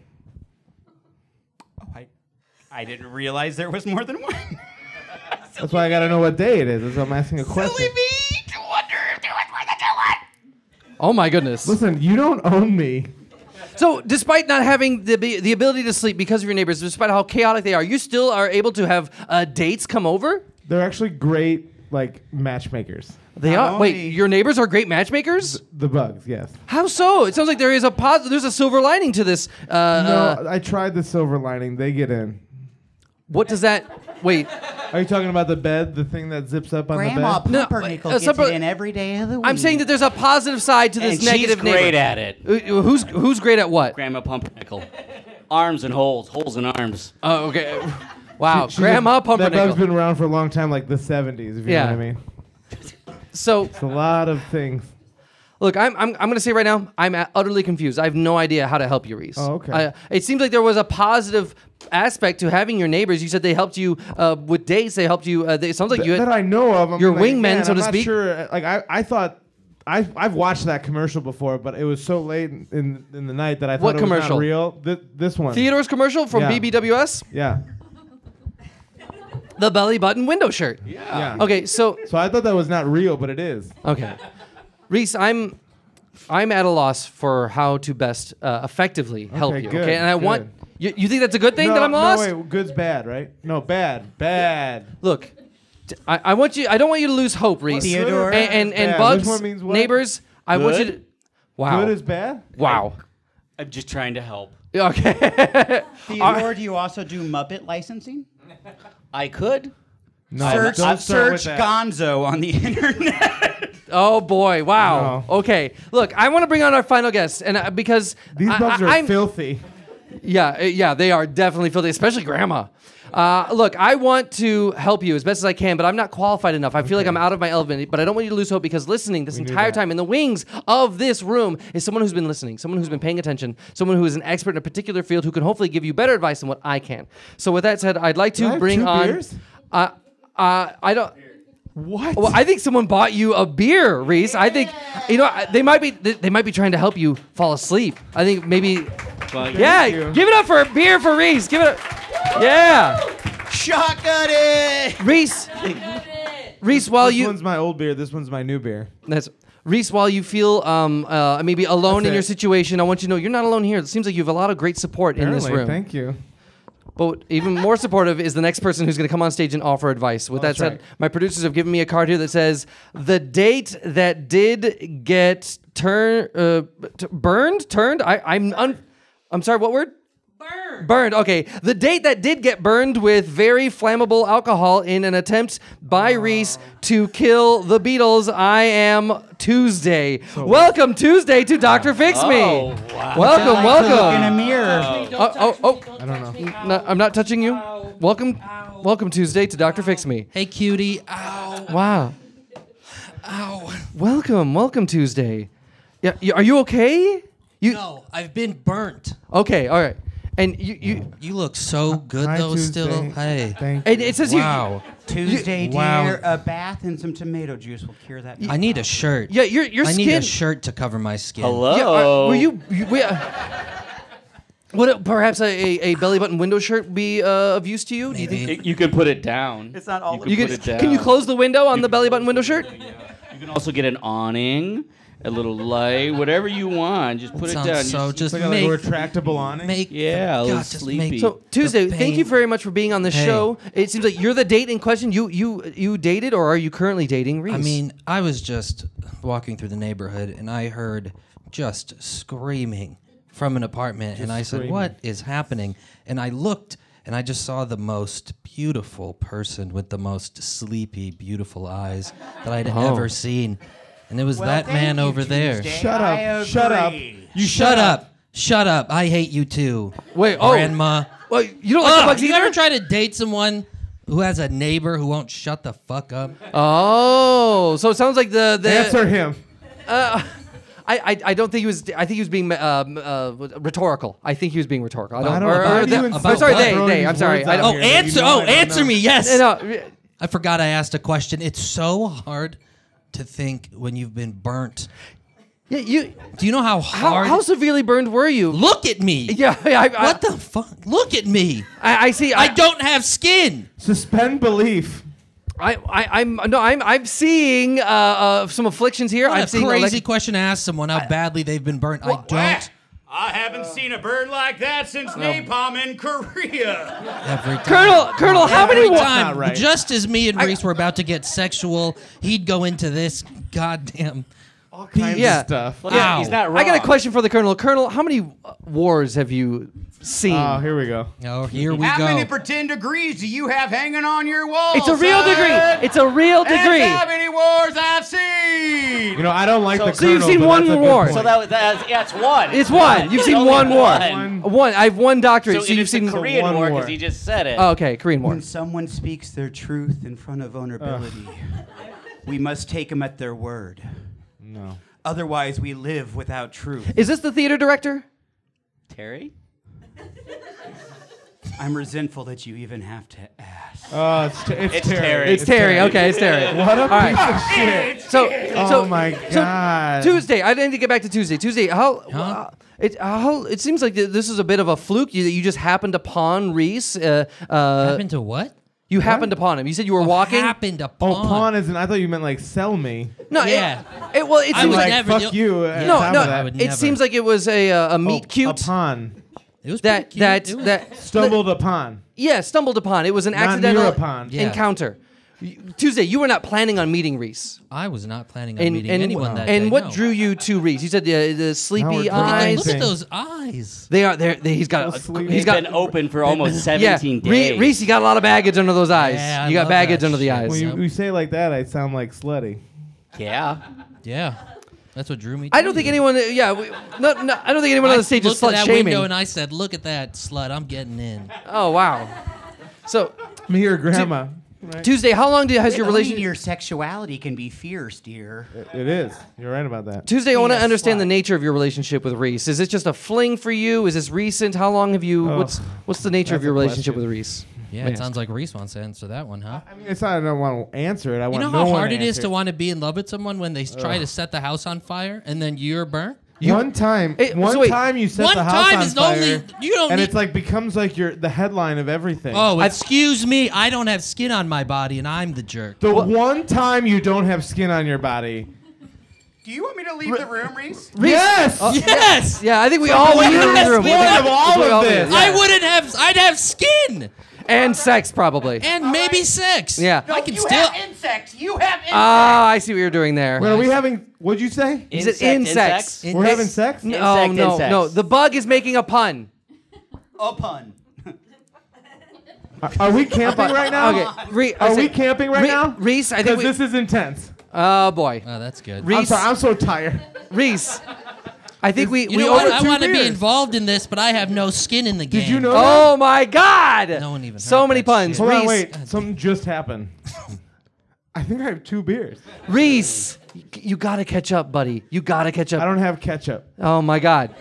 Speaker 6: I, I didn't realize there was more
Speaker 4: [laughs]
Speaker 6: than one.
Speaker 2: That's why I gotta know what day it is. That's why I'm asking a question.
Speaker 6: Silly me to wonder if there was more than one.
Speaker 1: oh my goodness.
Speaker 2: Listen, you don't own me.
Speaker 1: So, despite not having the abi- the ability to sleep because of your neighbors, despite how chaotic they are, you still are able to have uh, dates come over.
Speaker 2: They're actually great, like matchmakers.
Speaker 1: They
Speaker 6: Not
Speaker 1: are. Wait,
Speaker 6: only-
Speaker 1: your neighbors are great matchmakers.
Speaker 2: The bugs, yes.
Speaker 1: How so? It sounds like there is a pos- There's a silver lining to this. Uh, uh,
Speaker 2: no, I tried the silver lining. They get in.
Speaker 1: what does that? Wait,
Speaker 2: Are you talking about the bed, the thing that zips up on the
Speaker 4: Grandma
Speaker 2: bed?
Speaker 1: No,
Speaker 4: Pumpernickel
Speaker 1: uh,
Speaker 4: gets
Speaker 1: supper-
Speaker 4: it in every day of the week.
Speaker 1: I'm saying that there's a positive side to this
Speaker 5: and
Speaker 1: negative
Speaker 5: she's great
Speaker 1: neighbor.
Speaker 5: at it.
Speaker 1: Who- Who's who's great at what?
Speaker 5: Grandma Pumpernickel. arms and holes, holes and arms.
Speaker 1: Oh, okay. [laughs] Wow,
Speaker 2: She's a-
Speaker 1: Grandma
Speaker 2: That
Speaker 1: Pumpernickel.
Speaker 2: bug's been around for a long time, like the 70s, if you
Speaker 1: Yeah.
Speaker 2: know what I mean.
Speaker 1: so,
Speaker 2: It's a lot of things.
Speaker 1: look, I'm, I'm, I'm going to say right now, I'm a- utterly confused. I have no idea how to help you, Reese.
Speaker 2: Oh, okay.
Speaker 1: I- it seems like there was a positive aspect to having your neighbors. You said they helped you uh, with dates. They helped you. Uh, they, it sounds like you
Speaker 2: Th-
Speaker 1: had.
Speaker 2: that I know of. I'm
Speaker 1: your
Speaker 2: like,
Speaker 1: wingmen,
Speaker 2: man,
Speaker 1: so
Speaker 2: I'm
Speaker 1: to
Speaker 2: not
Speaker 1: speak?
Speaker 2: Sure, like I, I thought, I've, I've watched that commercial before, but it was so late in, in, in the night that I thought
Speaker 1: What
Speaker 2: it was
Speaker 1: commercial?
Speaker 2: not real. Th- this one.
Speaker 1: Theodore's commercial from
Speaker 2: Yeah.
Speaker 1: BBWS,
Speaker 2: Yeah.
Speaker 1: the belly button window shirt.
Speaker 2: Yeah.
Speaker 1: Okay, so
Speaker 2: So I thought that was not real, but it is.
Speaker 1: Okay, Reese, I'm I'm at a loss for how to best uh, effectively help
Speaker 2: Okay,
Speaker 1: you.
Speaker 2: good,
Speaker 1: okay, and I want
Speaker 2: good.
Speaker 1: you, you think that's a good thing that I'm lost?
Speaker 2: No, wait, good's bad, right? No, bad, bad.
Speaker 1: Look, t- I, I want you. I don't want you to lose hope, Reese.
Speaker 6: Theodore?
Speaker 1: and and, and
Speaker 2: Yeah, which
Speaker 1: bugs,
Speaker 2: one means what?
Speaker 1: neighbors. I want you
Speaker 5: Good?
Speaker 1: to. Wow.
Speaker 2: Good is bad.
Speaker 1: wow.
Speaker 5: I'm just trying to help.
Speaker 1: Okay. [laughs]
Speaker 4: Theodore, do you also do Muppet licensing?
Speaker 5: I could.
Speaker 2: No,
Speaker 6: Search,
Speaker 2: don't start with
Speaker 6: search
Speaker 2: that.
Speaker 6: Gonzo
Speaker 1: [laughs]
Speaker 6: on the internet.
Speaker 1: oh boy. Wow.
Speaker 2: No.
Speaker 1: Okay. Look, I want to bring on our final guest, and uh, because
Speaker 2: These
Speaker 1: I,
Speaker 2: bugs
Speaker 1: I-
Speaker 2: are
Speaker 1: I'm-
Speaker 2: filthy.
Speaker 1: Yeah, uh, yeah, they are definitely filthy, especially grandma. Uh, look, I want to help you as best as I can, but I'm not qualified enough. I feel like I'm out of my element, but I don't want you to lose hope because listening this
Speaker 2: knew
Speaker 1: entire
Speaker 2: that.
Speaker 1: time in the wings of this room is someone who's been listening, someone who's been paying attention, someone who is an expert in a particular field who can hopefully give you better advice than what I can. So, with that said, I'd like to
Speaker 2: I have
Speaker 1: bring
Speaker 2: two
Speaker 1: on.
Speaker 2: beers?
Speaker 1: Uh, uh, I don't.
Speaker 2: What?
Speaker 1: Well, I think someone bought you a beer, Reese. I think you know I- they might be they they might be trying to help you fall asleep. I think maybe yeah,
Speaker 2: you.
Speaker 1: give it up for a beer for Reese. Give it up. Yeah.
Speaker 6: Shotgun it.
Speaker 1: Reese. Reese, while
Speaker 2: this
Speaker 1: you
Speaker 2: one's my old beer. This one's my new beer.
Speaker 1: that's Reese, while you feel um, uh, maybe alone
Speaker 2: That's
Speaker 1: in your
Speaker 2: it.
Speaker 1: situation, I want you to know you're not alone here. It seems like you have a lot of great support in this
Speaker 2: Apparently,
Speaker 1: room.
Speaker 2: Thank you.
Speaker 1: But even more supportive is the next person who's going to come on stage and offer advice. With that
Speaker 2: Oh, that's
Speaker 1: said,
Speaker 2: right.
Speaker 1: my producers have given me a card here that says the date that did get turn uh, t- burned turned. I I'm un- I'm sorry. What word? Burned. Burned. Okay. The date that did get burned with very flammable alcohol in an attempt by Reese to kill the Beatles. I am Tuesday. welcome Tuesday to Doctor Fix Me.
Speaker 5: Oh, wow.
Speaker 1: Welcome,
Speaker 4: Like to
Speaker 1: welcome.
Speaker 4: look in a mirror.
Speaker 1: Oh, oh, oh. I don't know. I'm not touching you. Welcome, welcome Tuesday to Doctor Fix Me.
Speaker 6: Hey, cutie. Ow.
Speaker 1: Wow.
Speaker 6: Ow.
Speaker 1: Welcome, welcome Tuesday. Yeah, you, are you okay? You
Speaker 6: No, I've been burnt.
Speaker 1: okay? All right. And you, you
Speaker 6: You look so good
Speaker 2: Hi,
Speaker 6: though.
Speaker 2: Tuesday.
Speaker 6: Still, hey.
Speaker 2: Thank
Speaker 1: and it says
Speaker 6: Wow.
Speaker 4: Tuesday,
Speaker 6: Wow.
Speaker 4: dear, a bath and some tomato juice will cure that.
Speaker 6: I need a shirt.
Speaker 1: you. Yeah, your your
Speaker 6: I
Speaker 1: skin.
Speaker 6: need a shirt to cover my skin.
Speaker 5: Hello.
Speaker 1: Yeah, are- were you? you were- would it- perhaps a, a, a belly button window shirt be uh, of use to you? Do you think?
Speaker 5: You- You can put it down. It's
Speaker 4: not all-
Speaker 5: You can
Speaker 1: You
Speaker 5: put
Speaker 1: could,
Speaker 5: it down.
Speaker 1: can you close the window on the belly button window shirt?
Speaker 5: You can also get an awning, a little light, whatever you want. Just put it
Speaker 6: Sounds
Speaker 5: down.
Speaker 6: so
Speaker 5: Just-
Speaker 6: just
Speaker 2: It's like
Speaker 6: make
Speaker 2: a retractable awning.
Speaker 6: make
Speaker 5: Yeah, a little
Speaker 6: God, just make
Speaker 5: sleepy.
Speaker 1: So Tuesday,
Speaker 6: the
Speaker 1: thank you
Speaker 6: pain.
Speaker 1: very much for being on the
Speaker 6: Hey.
Speaker 1: show. It seems like you're the date in question. You you you dated or are you currently dating Reese?
Speaker 6: I mean, I was just walking through the neighborhood and I heard just screaming from an apartment. and I said, What is happening? And I looked and I just saw the most beautiful person with the most sleepy, beautiful eyes that I'd
Speaker 1: Oh.
Speaker 6: ever seen. And it was that man over there.
Speaker 2: Shut up. Shut up.
Speaker 6: You shut up. Shut up. I hate you too.
Speaker 1: Wait, oh.
Speaker 6: Grandma.
Speaker 1: well, you don't like the
Speaker 6: Ugh,
Speaker 1: bugs
Speaker 6: you
Speaker 1: either.
Speaker 6: ever try to date someone who has a neighbor who won't shut the fuck up?
Speaker 1: oh, so it sounds like the the
Speaker 2: Answer him.
Speaker 1: [laughs] I, I I don't think he was. I think he was being um, uh, rhetorical. I think he was being rhetorical. I don't.
Speaker 2: I don't
Speaker 1: or-
Speaker 2: know.
Speaker 1: or
Speaker 2: Why do
Speaker 1: the-
Speaker 2: you
Speaker 1: I'm
Speaker 2: insist
Speaker 1: sorry,
Speaker 6: on
Speaker 1: they.
Speaker 2: throwing
Speaker 1: They.
Speaker 2: these
Speaker 1: I'm sorry.
Speaker 2: words
Speaker 1: I
Speaker 2: out
Speaker 6: Oh,
Speaker 1: don't.
Speaker 2: here? you
Speaker 6: answer!
Speaker 2: know
Speaker 6: Oh,
Speaker 2: I don't
Speaker 6: answer
Speaker 2: know.
Speaker 6: me! Yes.
Speaker 1: No,
Speaker 6: I forgot I asked a question. It's so hard to think when you've been burnt.
Speaker 1: yeah, you.
Speaker 6: Do you know how
Speaker 1: How,
Speaker 6: hard?
Speaker 1: how severely burned were you?
Speaker 6: Look at me.
Speaker 1: [laughs] Yeah. yeah I,
Speaker 6: What the fuck? Look at me.
Speaker 1: I, I see.
Speaker 6: I don't have skin.
Speaker 2: Suspend belief.
Speaker 1: I, I, I'm no, I'm, I'm seeing uh, uh, some afflictions here.
Speaker 6: What
Speaker 1: I'm
Speaker 6: a
Speaker 1: seeing
Speaker 6: crazy
Speaker 1: elec-
Speaker 6: question to ask someone how badly they've been burnt. I don't.
Speaker 1: eh,
Speaker 3: Whack! I haven't seen a bird like that since napalm in Korea.
Speaker 4: [laughs]
Speaker 6: Every time.
Speaker 1: Colonel, Colonel, how many?
Speaker 6: Every
Speaker 1: Wa-
Speaker 6: time,
Speaker 2: not right.
Speaker 6: just as me and Reese were about to get sexual, he'd go into this goddamn.
Speaker 2: All kinds
Speaker 1: Yeah.
Speaker 2: of stuff.
Speaker 6: Ow.
Speaker 5: he's not wrong.
Speaker 1: I got a question for the Colonel. Colonel, how many uh, wars have you seen?
Speaker 2: Oh, here we go.
Speaker 6: Oh, here we
Speaker 3: How
Speaker 6: go.
Speaker 3: many pretend degrees do you have hanging on your wall?
Speaker 1: it's a real
Speaker 3: son?
Speaker 1: degree. It's a real degree.
Speaker 3: That's how many wars I've seen.
Speaker 2: You know, I don't like the
Speaker 1: So you've
Speaker 2: colonel,
Speaker 1: seen
Speaker 2: but
Speaker 1: one
Speaker 2: that's a good
Speaker 1: war.
Speaker 2: point.
Speaker 5: So that, was- that's yeah, it's one.
Speaker 1: It's one. You've seen
Speaker 5: Only
Speaker 1: one war.
Speaker 5: one.
Speaker 1: One. I have one doctorate.
Speaker 5: So,
Speaker 1: So,
Speaker 5: it
Speaker 1: you've
Speaker 5: is the
Speaker 1: seen.
Speaker 5: Korean
Speaker 2: one
Speaker 5: War
Speaker 2: war.
Speaker 5: because he just said it.
Speaker 1: Oh, okay, Korean War.
Speaker 4: When someone speaks their truth in front of vulnerability, we must take them at their word.
Speaker 2: no.
Speaker 4: Otherwise, we live without truth.
Speaker 1: Is this the theater director?
Speaker 5: Terry.
Speaker 4: I'm resentful that you even have to ask.
Speaker 2: Oh, it's, t- it's,
Speaker 5: It's
Speaker 2: Terry.
Speaker 5: Terry.
Speaker 1: It's Terry. Okay, it's Terry.
Speaker 2: What a piece
Speaker 1: right.
Speaker 2: of shit.
Speaker 1: So, so
Speaker 2: oh my
Speaker 1: So
Speaker 2: god.
Speaker 1: Tuesday, I need to get back to Tuesday. Tuesday, how uh, it how it seems like th- this is a bit of a fluke you, that you just happened upon Reese. Uh, uh,
Speaker 6: happened to what?
Speaker 1: you happened upon him. You said you were walking.
Speaker 6: Happened to
Speaker 2: Oh,
Speaker 6: pawn.
Speaker 2: pawn is an. I thought you meant like sell me.
Speaker 1: no, it-
Speaker 6: Yeah.
Speaker 1: It, well, it
Speaker 6: I
Speaker 1: seems
Speaker 6: would
Speaker 1: like
Speaker 2: like
Speaker 6: never
Speaker 2: fuck
Speaker 6: do-
Speaker 2: you. uh, on
Speaker 1: no,
Speaker 2: top
Speaker 1: no.
Speaker 2: of that.
Speaker 6: I would
Speaker 1: it
Speaker 6: never.
Speaker 1: seems like it was a uh, a meet
Speaker 2: Oh,
Speaker 1: cute
Speaker 2: Upon.
Speaker 6: It was
Speaker 1: that
Speaker 6: pretty cute.
Speaker 1: that
Speaker 6: It was-
Speaker 1: that
Speaker 2: Stumbled upon.
Speaker 1: yeah stumbled upon. It was an
Speaker 2: near
Speaker 1: accidental
Speaker 2: upon.
Speaker 6: Yeah.
Speaker 1: encounter. Y- Tuesday, you were not planning on meeting Reese,
Speaker 6: I was not planning on
Speaker 1: and
Speaker 6: meeting
Speaker 1: and,
Speaker 6: anyone that day.
Speaker 1: and what
Speaker 6: no.
Speaker 1: drew you to Reese? You said the, the sleepy
Speaker 2: talking.
Speaker 1: eyes.
Speaker 6: Look at those eyes.
Speaker 1: They are there. He's got.
Speaker 2: Little
Speaker 1: A,
Speaker 2: sleep.
Speaker 1: he's
Speaker 5: He's
Speaker 1: got
Speaker 5: been open
Speaker 1: [laughs]
Speaker 5: for almost 17
Speaker 1: Re-
Speaker 5: days.
Speaker 1: Reese, you got a lot of baggage under those eyes.
Speaker 6: Yeah, I
Speaker 1: you got
Speaker 6: love that
Speaker 1: baggage under the
Speaker 6: shit.
Speaker 1: eyes.
Speaker 2: When you,
Speaker 6: Yep.
Speaker 2: you say it like that, I sound like slutty.
Speaker 5: Yeah.
Speaker 6: Yeah, that's what drew me.
Speaker 1: I
Speaker 6: to
Speaker 1: don't think
Speaker 6: you.
Speaker 1: anyone. Yeah, we, no, no, I don't think anyone on
Speaker 6: I
Speaker 1: the stage is
Speaker 6: looked at
Speaker 1: slut
Speaker 6: that
Speaker 1: shaming.
Speaker 6: window and I said, "Look at that slut! I'm getting in."
Speaker 1: oh wow. So
Speaker 2: Me or grandma.
Speaker 1: Tuesday, how long do, has your
Speaker 4: I mean,
Speaker 1: relationship?
Speaker 4: your sexuality can be fierce, dear.
Speaker 2: It is. You're right about that.
Speaker 1: Tuesday, I want to
Speaker 4: Being a
Speaker 1: understand the
Speaker 4: slut.
Speaker 1: nature of your relationship with Reese. Is this just a fling for you? Is this recent? How long have you?
Speaker 2: Oh,
Speaker 1: what's what's the nature of
Speaker 2: that's
Speaker 1: your
Speaker 2: a
Speaker 1: relationship
Speaker 2: question.
Speaker 1: with Reese?
Speaker 6: Yeah, it sounds like Reese wants to answer that one, huh?
Speaker 2: I mean, it's not. I don't want to answer it. I
Speaker 6: You
Speaker 2: want
Speaker 6: know
Speaker 2: no
Speaker 6: how
Speaker 2: one
Speaker 6: hard it is
Speaker 2: answer
Speaker 6: to want to be in love with someone when they s- try to set the house on fire and then you're burnt.
Speaker 2: one time,
Speaker 1: Hey, so
Speaker 2: one
Speaker 1: wait.
Speaker 2: time you set
Speaker 6: One
Speaker 2: the house
Speaker 6: time
Speaker 2: on
Speaker 6: is the
Speaker 2: fire,
Speaker 6: only- you don't
Speaker 2: and
Speaker 6: need-
Speaker 2: it's like becomes like your the headline of everything.
Speaker 6: Oh,
Speaker 1: I've-
Speaker 6: excuse me, I don't have skin on my body and I'm the jerk.
Speaker 2: the one time you don't have skin on your body.
Speaker 3: Do you want me to leave the room, Reese?
Speaker 2: Yes,
Speaker 6: Uh, yes,
Speaker 1: Yeah, I think we all leave
Speaker 6: Yes,
Speaker 1: the room.
Speaker 6: we
Speaker 1: I think
Speaker 6: have
Speaker 2: all
Speaker 1: we
Speaker 2: of
Speaker 1: leave.
Speaker 2: this.
Speaker 6: I wouldn't have. I'd have skin
Speaker 1: and sex probably.
Speaker 6: and maybe sex.
Speaker 1: Yeah.
Speaker 6: I can still.
Speaker 3: insects. You have insects.
Speaker 1: Ah, I see what you're doing there.
Speaker 2: Wait, are we having? What'd you say?
Speaker 1: Is it insects?
Speaker 6: In-
Speaker 2: We're having sex.
Speaker 1: No,
Speaker 5: Insect,
Speaker 1: no,
Speaker 5: insects.
Speaker 1: no. The bug is making a pun.
Speaker 4: Upon.
Speaker 2: Are- Are we
Speaker 6: [laughs]
Speaker 2: camping right now?
Speaker 1: Okay. Re- I
Speaker 2: Are we
Speaker 1: said-
Speaker 2: camping right
Speaker 1: Re-
Speaker 2: now?
Speaker 1: Reese, I think
Speaker 2: Because
Speaker 1: we,
Speaker 2: this is intense.
Speaker 1: Oh boy,
Speaker 6: Oh, that's good.
Speaker 2: I'm
Speaker 1: Reese.
Speaker 2: sorry. I'm so tired.
Speaker 1: Reese. I think we
Speaker 6: you
Speaker 1: we
Speaker 6: know what?
Speaker 1: over.
Speaker 6: I
Speaker 2: two
Speaker 6: want to be
Speaker 2: beers.
Speaker 6: involved in this, but I have no skin in the game.
Speaker 2: Did you know? that?
Speaker 1: oh my God!
Speaker 6: No one even
Speaker 1: So
Speaker 6: heard
Speaker 1: many
Speaker 6: that
Speaker 1: puns.
Speaker 6: shit.
Speaker 2: [laughs] Hold
Speaker 1: Reese,
Speaker 2: on. Wait. Something just happened. [laughs] I think I have two beers.
Speaker 1: Reese, you- you gotta catch up, buddy. You gotta catch
Speaker 2: I
Speaker 1: up.
Speaker 2: don't have ketchup.
Speaker 1: Oh my God.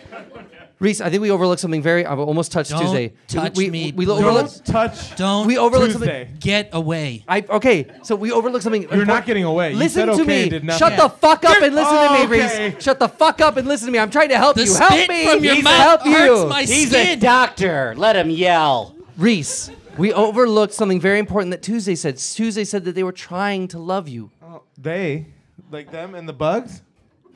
Speaker 1: Reese, I think we overlooked something very. I almost touched
Speaker 6: Don't
Speaker 1: Tuesday.
Speaker 6: touch
Speaker 1: we,
Speaker 6: me,
Speaker 1: We, we
Speaker 6: please.
Speaker 1: overlooked.
Speaker 2: Don't touch.
Speaker 6: Don't
Speaker 1: We overlooked
Speaker 2: Tuesday.
Speaker 1: something.
Speaker 6: get away.
Speaker 1: I okay. So we overlooked something.
Speaker 2: You're not
Speaker 1: important.
Speaker 2: getting away. You
Speaker 1: Listen
Speaker 2: said
Speaker 1: to
Speaker 2: okay,
Speaker 1: me.
Speaker 2: did nothing.
Speaker 1: Shut the fuck up and listen
Speaker 2: Oh,
Speaker 1: to me,
Speaker 2: okay.
Speaker 1: Reese. Shut the fuck up and listen to me. I'm trying to help
Speaker 6: The
Speaker 1: you.
Speaker 6: spit
Speaker 1: help me.
Speaker 6: from your
Speaker 1: Reese,
Speaker 6: mouth
Speaker 1: help you.
Speaker 6: hurts my
Speaker 5: He's a
Speaker 6: skin.
Speaker 5: doctor. Let him yell.
Speaker 1: Reese, we overlooked something very important that Tuesday said. Tuesday said that they were trying to love you.
Speaker 2: They. Like them and the bugs?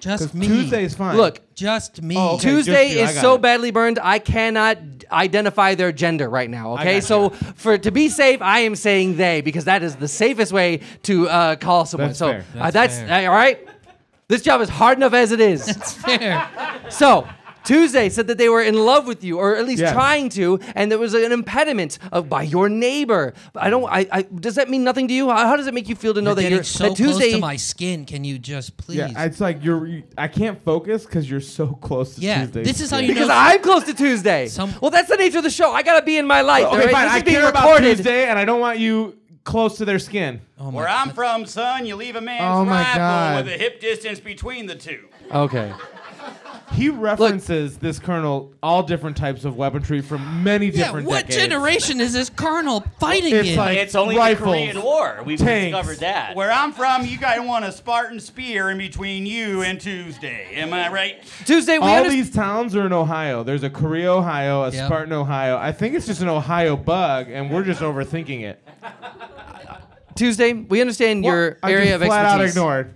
Speaker 6: Just
Speaker 2: Because
Speaker 6: me.
Speaker 2: Tuesday's fine.
Speaker 1: Look,
Speaker 6: Just me.
Speaker 2: Oh, okay.
Speaker 1: Tuesday
Speaker 2: just you. I
Speaker 1: is
Speaker 2: got
Speaker 1: so
Speaker 2: it.
Speaker 1: badly burned, I cannot identify their gender right now. Okay,
Speaker 2: got
Speaker 1: so for to be safe, I am saying they because that is the safest way to uh, call someone.
Speaker 2: That's
Speaker 1: so
Speaker 2: fair.
Speaker 1: uh,
Speaker 6: That's
Speaker 1: that's
Speaker 6: fair.
Speaker 1: uh, all right. This job is hard enough as it is.
Speaker 6: That's fair.
Speaker 1: so. Tuesday said that they were in love with you, or at least
Speaker 2: Yes.
Speaker 1: trying to, and there was an impediment of by your neighbor. But I don't. I, I. Does that mean nothing to you? How, how does it make you feel to know
Speaker 6: You're
Speaker 1: that
Speaker 6: getting
Speaker 1: you're
Speaker 6: so
Speaker 1: that Tuesday?
Speaker 6: close to my skin. Can you just please?
Speaker 2: Yeah, it's like you're. You, I can't focus because you're so close to
Speaker 6: Yeah,
Speaker 2: Tuesday.
Speaker 6: this is how you
Speaker 1: Because
Speaker 6: know-
Speaker 1: I'm close to Tuesday.
Speaker 6: Some-
Speaker 1: well, that's the nature of the show. I gotta be in my life. all
Speaker 2: Okay,
Speaker 1: right?
Speaker 2: fine.
Speaker 1: This
Speaker 2: I
Speaker 1: is being
Speaker 2: care about
Speaker 1: recorded.
Speaker 2: Tuesday, and I don't want you close to their skin.
Speaker 6: Oh my
Speaker 3: Where I'm from, son, you leave a man's
Speaker 2: Oh my
Speaker 3: rifle
Speaker 2: God.
Speaker 3: with a hip distance between the two.
Speaker 1: Okay.
Speaker 2: He references this colonel all different types of weaponry from many
Speaker 6: Yeah,
Speaker 2: different.
Speaker 6: what
Speaker 2: decades.
Speaker 6: generation is this colonel fighting
Speaker 2: It's
Speaker 6: in?
Speaker 2: like-
Speaker 5: It's only
Speaker 2: Rifles,
Speaker 5: the Korean War. We've
Speaker 2: tanks.
Speaker 5: discovered that.
Speaker 3: Where I'm from, you guys want a Spartan spear in between you and Tuesday. Am I right?
Speaker 1: Tuesday, we
Speaker 2: All
Speaker 1: understand.
Speaker 2: these towns are in Ohio. There's a Korea, Ohio, a
Speaker 6: Yep.
Speaker 2: Spartan, Ohio. I think it's just an Ohio bug, and we're just overthinking it.
Speaker 1: Tuesday, we understand your
Speaker 2: I
Speaker 1: area
Speaker 2: just
Speaker 1: of
Speaker 2: flat
Speaker 1: expertise.
Speaker 2: out ignored.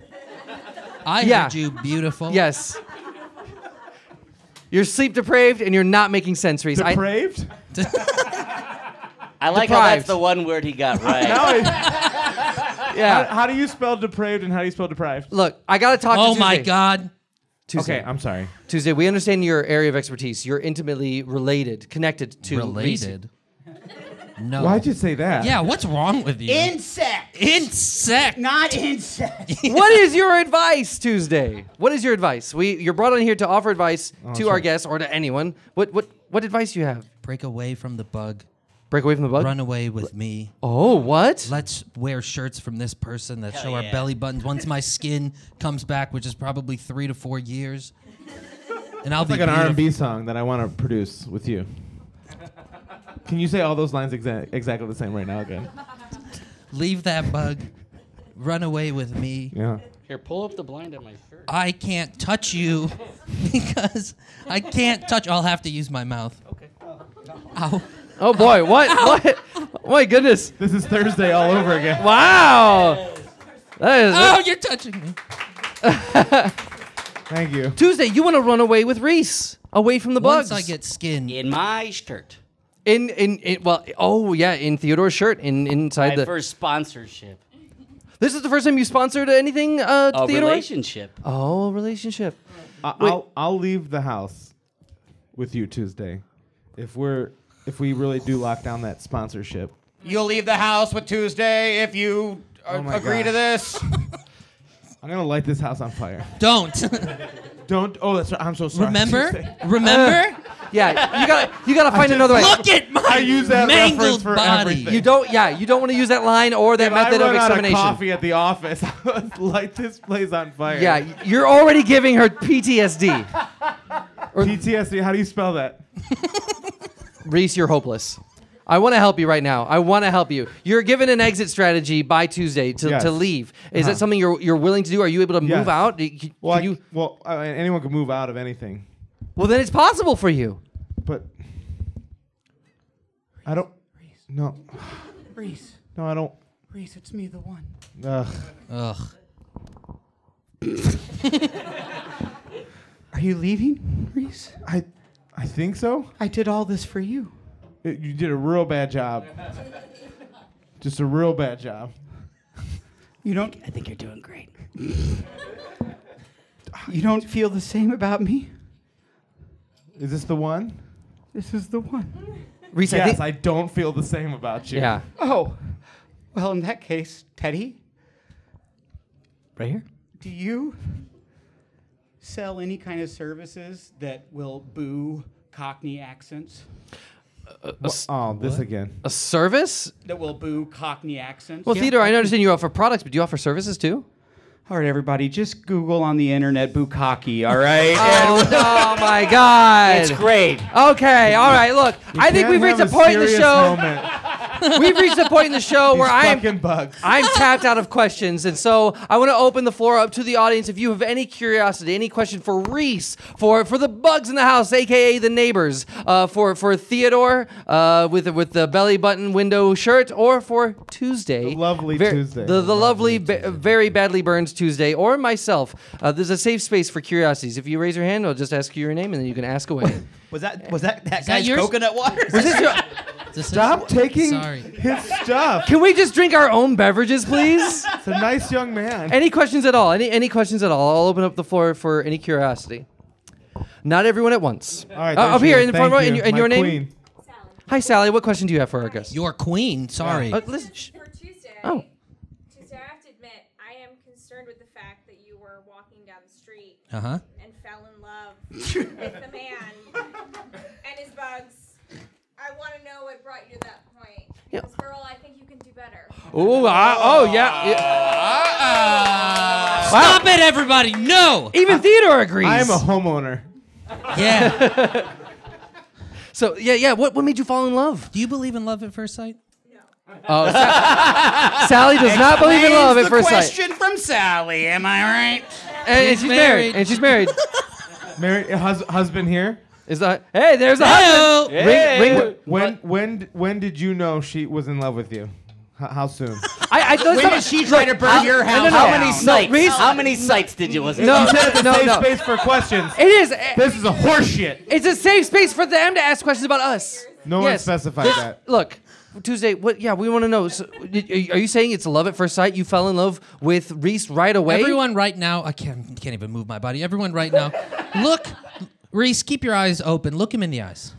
Speaker 6: I
Speaker 1: Yeah.
Speaker 6: heard you, beautiful.
Speaker 1: Yes. You're sleep depraved and you're not making sense, Reese. I,
Speaker 2: Depraved.
Speaker 5: I like
Speaker 1: Deprived.
Speaker 5: how that's the one word
Speaker 1: [laughs]
Speaker 5: he got right.
Speaker 2: Now I-
Speaker 1: yeah.
Speaker 2: how do you spell depraved and how do you spell deprived?
Speaker 1: Look, I gotta talk to
Speaker 6: Oh
Speaker 1: Tuesday.
Speaker 6: my God.
Speaker 1: Tuesday.
Speaker 2: Okay, I'm sorry.
Speaker 1: Tuesday, we understand your area of expertise. You're intimately related, connected to Reese.
Speaker 6: Related.
Speaker 1: Oh.
Speaker 6: No.
Speaker 2: Why'd you say that?
Speaker 6: Yeah, what's wrong with you?
Speaker 7: Insect.
Speaker 6: Insect.
Speaker 7: Not insect.
Speaker 1: [laughs] what is your advice, Tuesday? What is your advice? We you're brought on here to offer advice to our
Speaker 2: sorry.
Speaker 1: guests or to anyone. What what what advice do you have?
Speaker 6: Break away from the bug.
Speaker 1: Break away from the bug?
Speaker 6: Run away with me.
Speaker 1: Oh, what?
Speaker 6: Let's wear shirts from this person that show our belly buttons once
Speaker 2: [laughs]
Speaker 6: my skin comes back, which is probably three to four years. And I'll be
Speaker 2: It's like an
Speaker 6: beautiful.
Speaker 2: R&B song that I want to produce with you. Can you say all those lines exa- exactly the same right now again?
Speaker 6: Leave that bug. Run away with me.
Speaker 2: Yeah.
Speaker 5: Here, pull up the blind on my shirt.
Speaker 6: I can't touch you [laughs] because I can't touch. I'll have to use my mouth. Okay. Ow.
Speaker 1: Oh boy,
Speaker 6: [laughs]
Speaker 1: what what? [laughs] Oh my goodness.
Speaker 2: This is Thursday all over again.
Speaker 1: Wow. That is-
Speaker 6: Oh, you're touching me.
Speaker 2: Thank you.
Speaker 1: Tuesday, you want to run away with Reese, away from the bugs.
Speaker 6: Once I get skin,
Speaker 5: In my shirt.
Speaker 1: in, in in well, oh yeah, in Theodore's shirt, in inside
Speaker 5: My
Speaker 1: the.
Speaker 5: first sponsorship.
Speaker 1: This is the first time you sponsored anything, uh,
Speaker 5: A
Speaker 1: Theodore.
Speaker 5: relationship.
Speaker 1: Oh, relationship.
Speaker 2: I-
Speaker 1: Wait.
Speaker 2: I'll I'll leave the house with you Tuesday, if we're if we really do lock down that sponsorship.
Speaker 7: You'll leave the house with Tuesday if you uh,
Speaker 2: my
Speaker 7: agree
Speaker 2: God.
Speaker 7: to this.
Speaker 2: I'm gonna light this house on fire.
Speaker 6: don't.
Speaker 2: Don't. Oh, that's right. I'm so sorry.
Speaker 6: [laughs] Remember? Remember?
Speaker 2: Uh.
Speaker 1: Yeah, you gotta you gotta find another way.
Speaker 6: Look at my
Speaker 2: [laughs] I use that reference
Speaker 6: mangled
Speaker 2: for
Speaker 6: body.
Speaker 2: everything.
Speaker 1: you don't. Yeah, you don't want to use that line or that
Speaker 2: If I
Speaker 1: method of
Speaker 2: run out of
Speaker 1: extermination.
Speaker 2: coffee at the office, [laughs] I would light this place on fire.
Speaker 1: Yeah, y- you're already giving her PTSD.
Speaker 2: PTSD. How do you spell that?
Speaker 1: Reese, you're hopeless. I want to help you right now. I want to help you. You're given an exit strategy by Tuesday to,
Speaker 2: Yes.
Speaker 1: to
Speaker 2: Uh-huh.
Speaker 1: leave. Is that something you're you're willing to do? Are you able to
Speaker 2: Yes.
Speaker 1: move out? Do you- can
Speaker 2: Well, I,
Speaker 1: you-
Speaker 2: well, I, anyone could move out of anything,
Speaker 1: well, then it's possible for you.
Speaker 2: but I don't. No,
Speaker 7: Reese,
Speaker 2: [sighs] no, I don't.
Speaker 7: Reese, it's me, the one.
Speaker 2: Ugh.
Speaker 6: Ugh.
Speaker 7: Are you leaving, Reese?
Speaker 2: I, I think so.
Speaker 7: I did all this for you.
Speaker 2: It- you did a real bad job. Just a real bad job.
Speaker 7: You don't. I think you're doing great. you don't feel the same about me.
Speaker 2: Is this the one?
Speaker 7: This is the one.
Speaker 1: Reese, I
Speaker 2: yes,
Speaker 1: think.
Speaker 2: I don't feel the same about you.
Speaker 1: yeah.
Speaker 7: Oh, well, in that case, Teddy,
Speaker 1: Right here.
Speaker 7: do you sell any kind of services that will boo Cockney accents?
Speaker 2: Oh, this again.
Speaker 1: A service?
Speaker 7: That will boo Cockney accents?
Speaker 1: Well, Theodore, I understand you offer products, but do you offer services too?
Speaker 7: All right, everybody, just Google on the internet bukkake, all right?
Speaker 4: Uh,
Speaker 7: And-
Speaker 1: Oh, oh my God.
Speaker 5: It's great.
Speaker 1: Okay, all right, look, I think we've
Speaker 2: Can't
Speaker 1: reached a
Speaker 2: have
Speaker 1: point in the
Speaker 2: serious
Speaker 1: show.
Speaker 2: moment.
Speaker 1: We've reached the point in the show [laughs] where I am
Speaker 2: fucking bugs.
Speaker 1: I'm tapped out of questions, and so I want to open the floor up to the audience. If you have any curiosity, any question for Reese, for for the bugs in the house, aka the neighbors, uh, for for Theodore uh, with the- with the belly button window shirt, or for Tuesday,
Speaker 2: The lovely Tuesday.
Speaker 1: the, the lovely, ba- very badly burns Tuesday, or myself. Uh, there's a safe space for curiosities. If you raise your hand, I'll just ask you your name, and then you can ask
Speaker 2: [laughs]
Speaker 1: away.
Speaker 8: Was that was that that
Speaker 6: that
Speaker 8: guy's
Speaker 6: yours?
Speaker 8: coconut water?
Speaker 1: Is this your-
Speaker 6: This is-
Speaker 1: [laughs]
Speaker 2: Stop taking
Speaker 6: Sorry.
Speaker 2: his stuff.
Speaker 1: can we just drink our own beverages, please?
Speaker 2: It's a nice young man.
Speaker 1: Any questions at all? Any any questions at all? I'll open up the floor for any curiosity. Not everyone at once.
Speaker 2: All right,
Speaker 1: Uh,
Speaker 2: thank
Speaker 1: up here
Speaker 2: you.
Speaker 1: in the
Speaker 2: Thank
Speaker 1: front row,
Speaker 2: you.
Speaker 1: and, your- and
Speaker 2: My
Speaker 1: your name.
Speaker 2: queen.
Speaker 1: Hi, Sally. What question do you have for our guest?
Speaker 6: Your queen. Sorry.
Speaker 1: Uh, listen, sh-
Speaker 9: For Tuesday,
Speaker 1: Oh.
Speaker 9: Tuesday, I have to admit, I am concerned with the fact that you were walking down the street
Speaker 6: Uh huh.
Speaker 9: and fell in
Speaker 1: [laughs]
Speaker 9: love with the man and his bugs. I want to know what brought you to that point.
Speaker 1: Yeah.
Speaker 9: Because, girl, I think you can do better.
Speaker 1: oh,
Speaker 5: uh,
Speaker 1: I- oh, yeah. yeah.
Speaker 6: Stop it, everybody. No.
Speaker 1: Even Theodore agrees.
Speaker 2: I am a homeowner.
Speaker 6: Yeah.
Speaker 1: so yeah, yeah. What what made you fall in
Speaker 5: [laughs]
Speaker 1: love?
Speaker 6: Do you believe in love at first sight?
Speaker 1: Oh, Sa- [laughs] Sally does not believe in love at first sight,
Speaker 5: from Sally, am I right?
Speaker 1: and, and she's married.
Speaker 6: married.
Speaker 1: And she's
Speaker 5: [laughs]
Speaker 1: married.
Speaker 2: Married hus- husband here.
Speaker 1: Is that? Hey, there's a
Speaker 6: Hello.
Speaker 1: husband. Ring, ring,
Speaker 2: When when when did you know she was in love with you? H- how
Speaker 1: [laughs]
Speaker 2: soon?
Speaker 1: I, I thought
Speaker 5: When
Speaker 1: some-
Speaker 5: did she try to burn your house?
Speaker 1: no, no,
Speaker 5: How
Speaker 1: no.
Speaker 5: many
Speaker 1: No,
Speaker 5: sites?
Speaker 1: Reese-
Speaker 5: How many sites did you listen
Speaker 1: Oh, No,
Speaker 5: to?
Speaker 2: You said it's a
Speaker 1: no,
Speaker 2: safe
Speaker 1: no.
Speaker 2: space for questions.
Speaker 1: It is.
Speaker 2: This is a horseshit.
Speaker 1: It's a safe space for them to ask questions about us.
Speaker 2: No one specified
Speaker 1: This-
Speaker 2: that.
Speaker 1: Look, Tuesday. What? Yeah, we want to know. So, y- y- are you saying it's love at first sight? You fell in love with Reese right away.
Speaker 6: Everyone right now, I can't can't even move my body. Everyone right now, look, Reese, keep your eyes open. Look him in the eyes.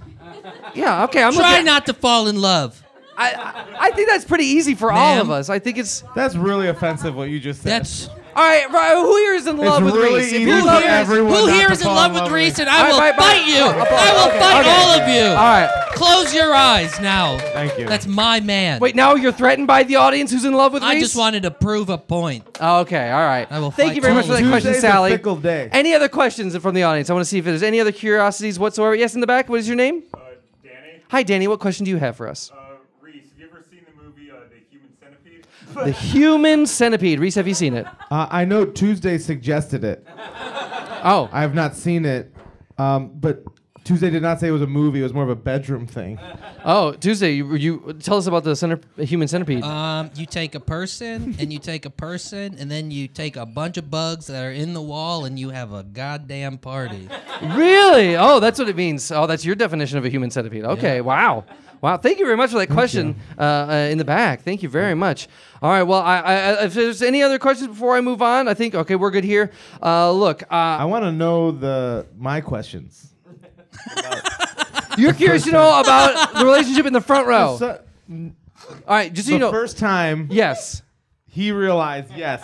Speaker 1: Yeah. Okay. I'm
Speaker 6: Try
Speaker 1: looking-
Speaker 6: not to fall in love.
Speaker 1: I, I- I think that's pretty easy for all of
Speaker 6: Ma'am.
Speaker 1: us. I think it's
Speaker 2: That's really offensive what you just said.
Speaker 6: That's
Speaker 1: all right. right who here is in love with
Speaker 2: really
Speaker 1: Reese? If
Speaker 2: easy
Speaker 1: you
Speaker 2: for
Speaker 1: love-
Speaker 2: everyone- Everyone
Speaker 6: who
Speaker 2: not
Speaker 6: here
Speaker 2: to
Speaker 6: is in
Speaker 2: fall
Speaker 6: love
Speaker 2: in
Speaker 6: with
Speaker 2: love
Speaker 6: Reese,
Speaker 2: with-
Speaker 6: and I
Speaker 1: All
Speaker 6: will
Speaker 1: right, bye, bye.
Speaker 6: fight you.
Speaker 1: Oh, oh,
Speaker 6: I will
Speaker 1: okay,
Speaker 6: fight
Speaker 1: okay.
Speaker 6: all of you.
Speaker 1: All right.
Speaker 6: Close your eyes now.
Speaker 2: Thank you.
Speaker 6: That's my man.
Speaker 1: Wait. Now you're threatened by the audience who's in love with Reese.
Speaker 6: I just wanted to prove a point.
Speaker 1: Oh, okay. All right.
Speaker 6: I will
Speaker 1: Thank
Speaker 6: fight
Speaker 1: you very much for that
Speaker 6: Tuesday.
Speaker 1: question,
Speaker 2: Tuesday's a
Speaker 1: Sally.
Speaker 2: fickle day.
Speaker 1: Any other questions from the audience? I want to see if there's any other curiosities whatsoever. Yes, in the back. What is your name?
Speaker 10: Danny,
Speaker 1: Hi, Danny. What question do you have for us?
Speaker 10: uh, Reese, have you ever seen the movie uh, The Human Centipede?
Speaker 1: The human centipede. Reese, have you seen it?
Speaker 2: Uh, I know Tuesday suggested it.
Speaker 1: Oh,
Speaker 2: I have not seen it, um, but Tuesday did not say it was a movie. It was more of a bedroom thing.
Speaker 1: oh, Tuesday. You, you tell us about the centip- human centipede.
Speaker 6: Um, you take a person and you take a person and then you take a bunch of bugs that are in the wall and you have a goddamn party. [laughs]
Speaker 1: really? Oh, that's what it means. Oh, that's your definition of a human centipede. Okay. Wow. Wow. Thank you very much for that question uh, uh, in the back. Thank you very much. All right. Well, I, I, I- if there's any other questions before I move on, I think okay, we're good here. Uh, look, uh,
Speaker 2: I want to know the my questions.
Speaker 1: you're curious to know about the relationship in the front row.
Speaker 2: So,
Speaker 1: All right. Just so
Speaker 2: the
Speaker 1: you Oh. know.
Speaker 2: first time
Speaker 1: yes.
Speaker 2: he realized, yes,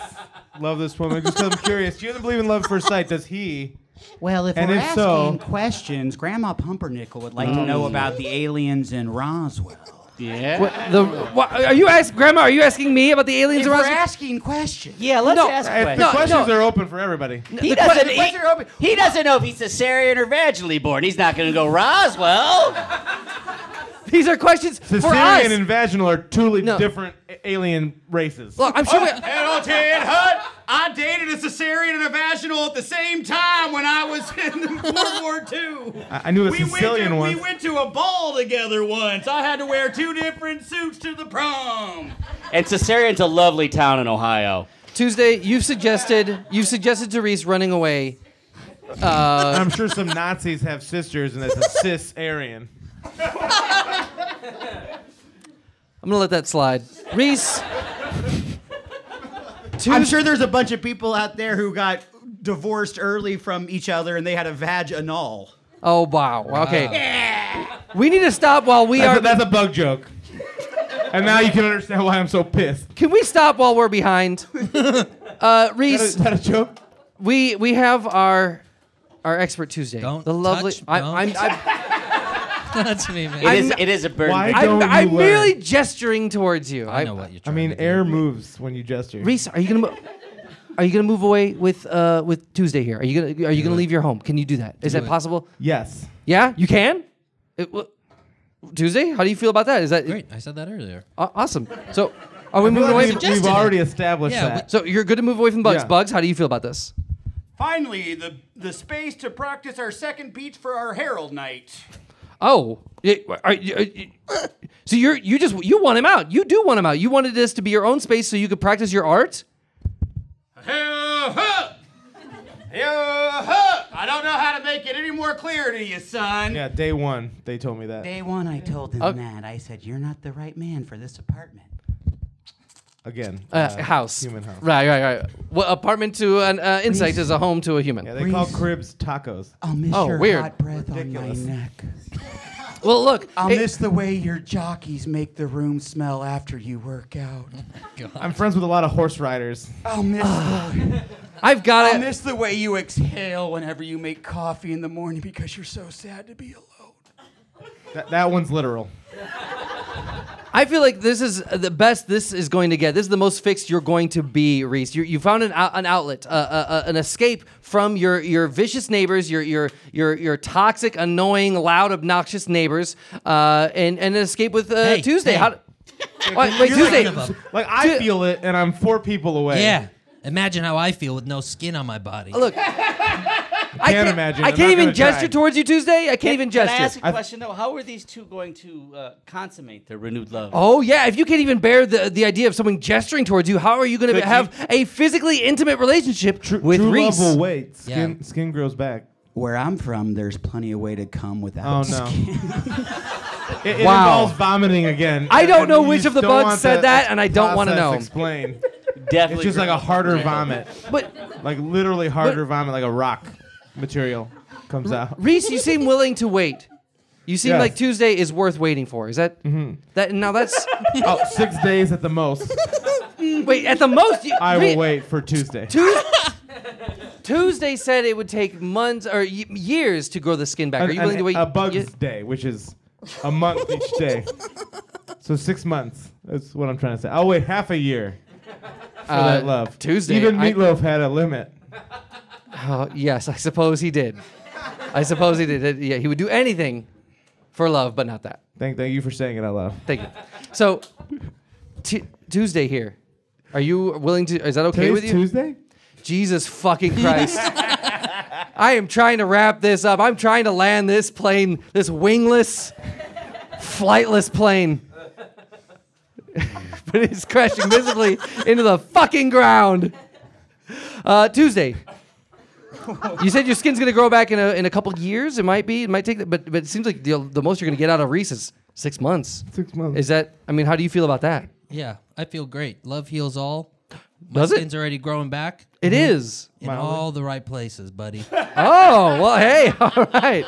Speaker 2: love this woman. Just 'cause I'm curious. She doesn't believe in love at first sight, does he?
Speaker 4: Well, if
Speaker 2: And
Speaker 4: we're
Speaker 2: if so-
Speaker 4: asking questions, Grandma Pumpernickel would like
Speaker 7: Mm.
Speaker 4: to know about the aliens in Roswell.
Speaker 5: Yeah.
Speaker 1: What, the, what, are you ask Grandma? Are you asking me about the aliens
Speaker 4: If we're
Speaker 1: around?
Speaker 4: asking questions.
Speaker 8: yeah, let's
Speaker 1: No,
Speaker 8: ask
Speaker 2: If
Speaker 8: questions.
Speaker 2: the
Speaker 1: No,
Speaker 2: questions
Speaker 1: no.
Speaker 2: are open for everybody.
Speaker 5: He
Speaker 1: que-
Speaker 5: doesn't.
Speaker 1: the
Speaker 5: He, he doesn't know if he's cesarean or vaginally born. He's not going to go Roswell.
Speaker 1: These are questions for us.
Speaker 2: Caesarean and vaginal are totally
Speaker 1: No.
Speaker 2: different a- alien races.
Speaker 1: Look, I'm sure. we,
Speaker 3: And I'll tell you, Hut, I dated a cesarean and a vaginal at the same time when I was in the World War II.
Speaker 2: I I knew a
Speaker 3: We went,
Speaker 2: Sicilian
Speaker 3: to, we
Speaker 2: one.
Speaker 3: went to a ball together once. I had to wear two different suits to the prom.
Speaker 5: And cesarean's a lovely town in Ohio.
Speaker 1: Tuesday, you've suggested you've suggested to Reese running away.
Speaker 2: I'm sure some Nazis have sisters, and that's a cis Aryan.
Speaker 1: I'm gonna let that slide. Reese.
Speaker 8: I'm sure there's a bunch of people out there who got divorced early from each other and they had a vag annul.
Speaker 1: Oh wow. Okay. We need to stop while we
Speaker 2: That's
Speaker 1: are.
Speaker 2: a, that's a bug joke. And now you can understand why I'm so pissed.
Speaker 1: can we stop while we're behind? uh,
Speaker 2: Is
Speaker 1: Reese,
Speaker 2: that a joke?
Speaker 1: we we have our our expert Tuesday.
Speaker 6: Don't
Speaker 1: the lovely.
Speaker 6: touch-
Speaker 1: I,
Speaker 6: don't.
Speaker 1: I'm I'm,
Speaker 6: That's me, man.
Speaker 5: It is.
Speaker 1: I'm-
Speaker 5: It is a burden.
Speaker 2: Why?
Speaker 5: victim.
Speaker 1: I'm,
Speaker 2: Don't you
Speaker 1: I'm
Speaker 2: worry.
Speaker 1: merely gesturing towards you.
Speaker 6: I know what you're
Speaker 2: I
Speaker 6: trying
Speaker 2: mean,
Speaker 6: to do.
Speaker 2: air moves when you gesture.
Speaker 1: Reese, are you gonna mo- are you gonna move away with uh with Tuesday here? Are you gonna are you gonna leave your home? Can you do that? Is that
Speaker 6: it.
Speaker 1: possible?
Speaker 2: Yes.
Speaker 1: Yeah, you can. It, well, Tuesday? How do you feel about that? Is that
Speaker 6: Great. I said that earlier.
Speaker 1: Aw- awesome? So, are we
Speaker 6: I
Speaker 1: moving
Speaker 6: feel like
Speaker 1: away?
Speaker 6: we've-
Speaker 1: from-
Speaker 6: we've Suggested already it. established Yeah, that. we-
Speaker 1: So you're good to move away from bugs.
Speaker 6: Yeah.
Speaker 1: Bugs, how do you feel about this?
Speaker 3: Finally, the the space to practice our second beat for our Herald
Speaker 8: [laughs]
Speaker 3: night.
Speaker 1: Oh, it- are you- are you- so you're you just you want him out. You do want him out. You wanted this to be your own space so you could practice your art.
Speaker 3: Yo-ho! Yo-ho! I don't know how to make it any more clear to you, son.
Speaker 2: Yeah, day one, they told me that.
Speaker 4: Day one, I told him
Speaker 2: Uh,
Speaker 4: that. I said, You're not the right man for this apartment.
Speaker 2: Again.
Speaker 1: Uh, house.
Speaker 2: Human house.
Speaker 1: Right, right, right. What apartment to an uh, insect is a home to a human.
Speaker 2: Yeah, they call cribs tacos.
Speaker 4: I'll miss
Speaker 1: Oh,
Speaker 4: your
Speaker 1: weird.
Speaker 4: hot breath on my neck.
Speaker 1: well, look.
Speaker 4: I'll
Speaker 1: it-
Speaker 4: miss the way your jockeys make the room smell after you work out.
Speaker 2: I'm friends with a lot of horse riders.
Speaker 4: I'll miss. the,
Speaker 1: I've got
Speaker 4: I'll miss the way you exhale whenever you make coffee in the morning because you're so sad to be alone.
Speaker 2: That, that one's literal.
Speaker 1: I feel like this is the best this is going to get. This is the most fixed you're going to be, Reese. You, you found an, out, an outlet, uh, uh, uh, an escape from your, your vicious neighbors, your your your your toxic, annoying, loud, obnoxious neighbors, uh, and, and an escape with uh,
Speaker 6: Hey,
Speaker 1: Tuesday.
Speaker 6: hey.
Speaker 1: How, wait, wait,
Speaker 6: You're
Speaker 1: Tuesday.
Speaker 6: one of 'em.
Speaker 2: Like I feel it, and I'm four people away.
Speaker 6: Yeah. Imagine how I feel with no skin on my body.
Speaker 1: Look, I
Speaker 2: can't
Speaker 1: can't
Speaker 2: imagine.
Speaker 1: I
Speaker 2: I'm
Speaker 1: can't
Speaker 2: not
Speaker 1: even
Speaker 2: gonna try.
Speaker 1: gesture towards you Tuesday. I can't even
Speaker 5: Can
Speaker 1: gesture.
Speaker 5: I ask a
Speaker 1: I-
Speaker 5: question though? How are these two going to uh, consummate their renewed love?
Speaker 1: Oh yeah! If you can't even bear the, the idea of someone gesturing towards you, how are you going to
Speaker 5: Could
Speaker 1: have a physically intimate relationship with
Speaker 2: True
Speaker 1: Reese?
Speaker 2: love will wait. Skin, skin grows back.
Speaker 4: Where I'm from, there's plenty of way to come
Speaker 2: Oh
Speaker 4: without.
Speaker 2: no. [laughs]
Speaker 1: [laughs]
Speaker 2: it it
Speaker 1: Wow.
Speaker 2: involves vomiting again.
Speaker 1: I don't
Speaker 2: And
Speaker 1: know
Speaker 2: you
Speaker 1: which
Speaker 2: just
Speaker 1: of the
Speaker 2: don't
Speaker 1: bugs
Speaker 2: want
Speaker 1: said that, and I don't wanna
Speaker 2: process
Speaker 1: know. [laughs]
Speaker 2: Explained.
Speaker 5: Definitely.
Speaker 2: It's just like a harder vomit.
Speaker 1: But
Speaker 2: Like literally harder vomit, like a rock material comes out.
Speaker 1: Reese, you seem willing to wait. You seem
Speaker 2: Yes. Mm-hmm.
Speaker 1: like Tuesday is worth waiting for. Is that that? Now that's
Speaker 2: Oh, six days at
Speaker 1: [laughs]
Speaker 2: the most.
Speaker 1: wait at the most. You,
Speaker 2: I will
Speaker 1: Re-
Speaker 2: wait for Tuesday.
Speaker 1: Tues- Tuesday said it would take months or y- years to grow the skin back. Are
Speaker 2: An-
Speaker 1: you
Speaker 2: an-
Speaker 1: willing to wait?
Speaker 2: A bug's
Speaker 1: ye-
Speaker 2: day, which is a month each day. So six months. That's what I'm trying to say. I'll wait half a year for
Speaker 1: Uh,
Speaker 2: that love.
Speaker 1: Tuesday,
Speaker 2: Even
Speaker 1: I-
Speaker 2: meatloaf had a limit.
Speaker 1: Oh, yes, I suppose he did. I suppose he did. Yeah, he would do anything for love, but not that.
Speaker 2: Thank, thank you for saying it out loud.
Speaker 1: Thank you. So, t- Tuesday here. Are you willing to? Is that okay
Speaker 2: Today's
Speaker 1: with you?
Speaker 2: Tuesday?
Speaker 1: Jesus fucking Christ. I am trying to wrap this up. I'm trying to land this plane, this wingless, flightless plane. [laughs] but it's crashing visibly into the fucking ground. Uh, Tuesday. You said your skin's gonna grow back in a, in a couple years. It might be. It might take. that- But but it seems like the, the most you're gonna get out of Reese is six months.
Speaker 2: Six months.
Speaker 1: Is that? I mean, how do you feel about that?
Speaker 6: Yeah, I feel great. Love heals all. My
Speaker 1: Does it?
Speaker 6: skin's already growing back.
Speaker 1: It is.
Speaker 6: In all the right places, buddy. [laughs]
Speaker 1: Oh well. Hey. [laughs] All
Speaker 2: [laughs]
Speaker 1: right.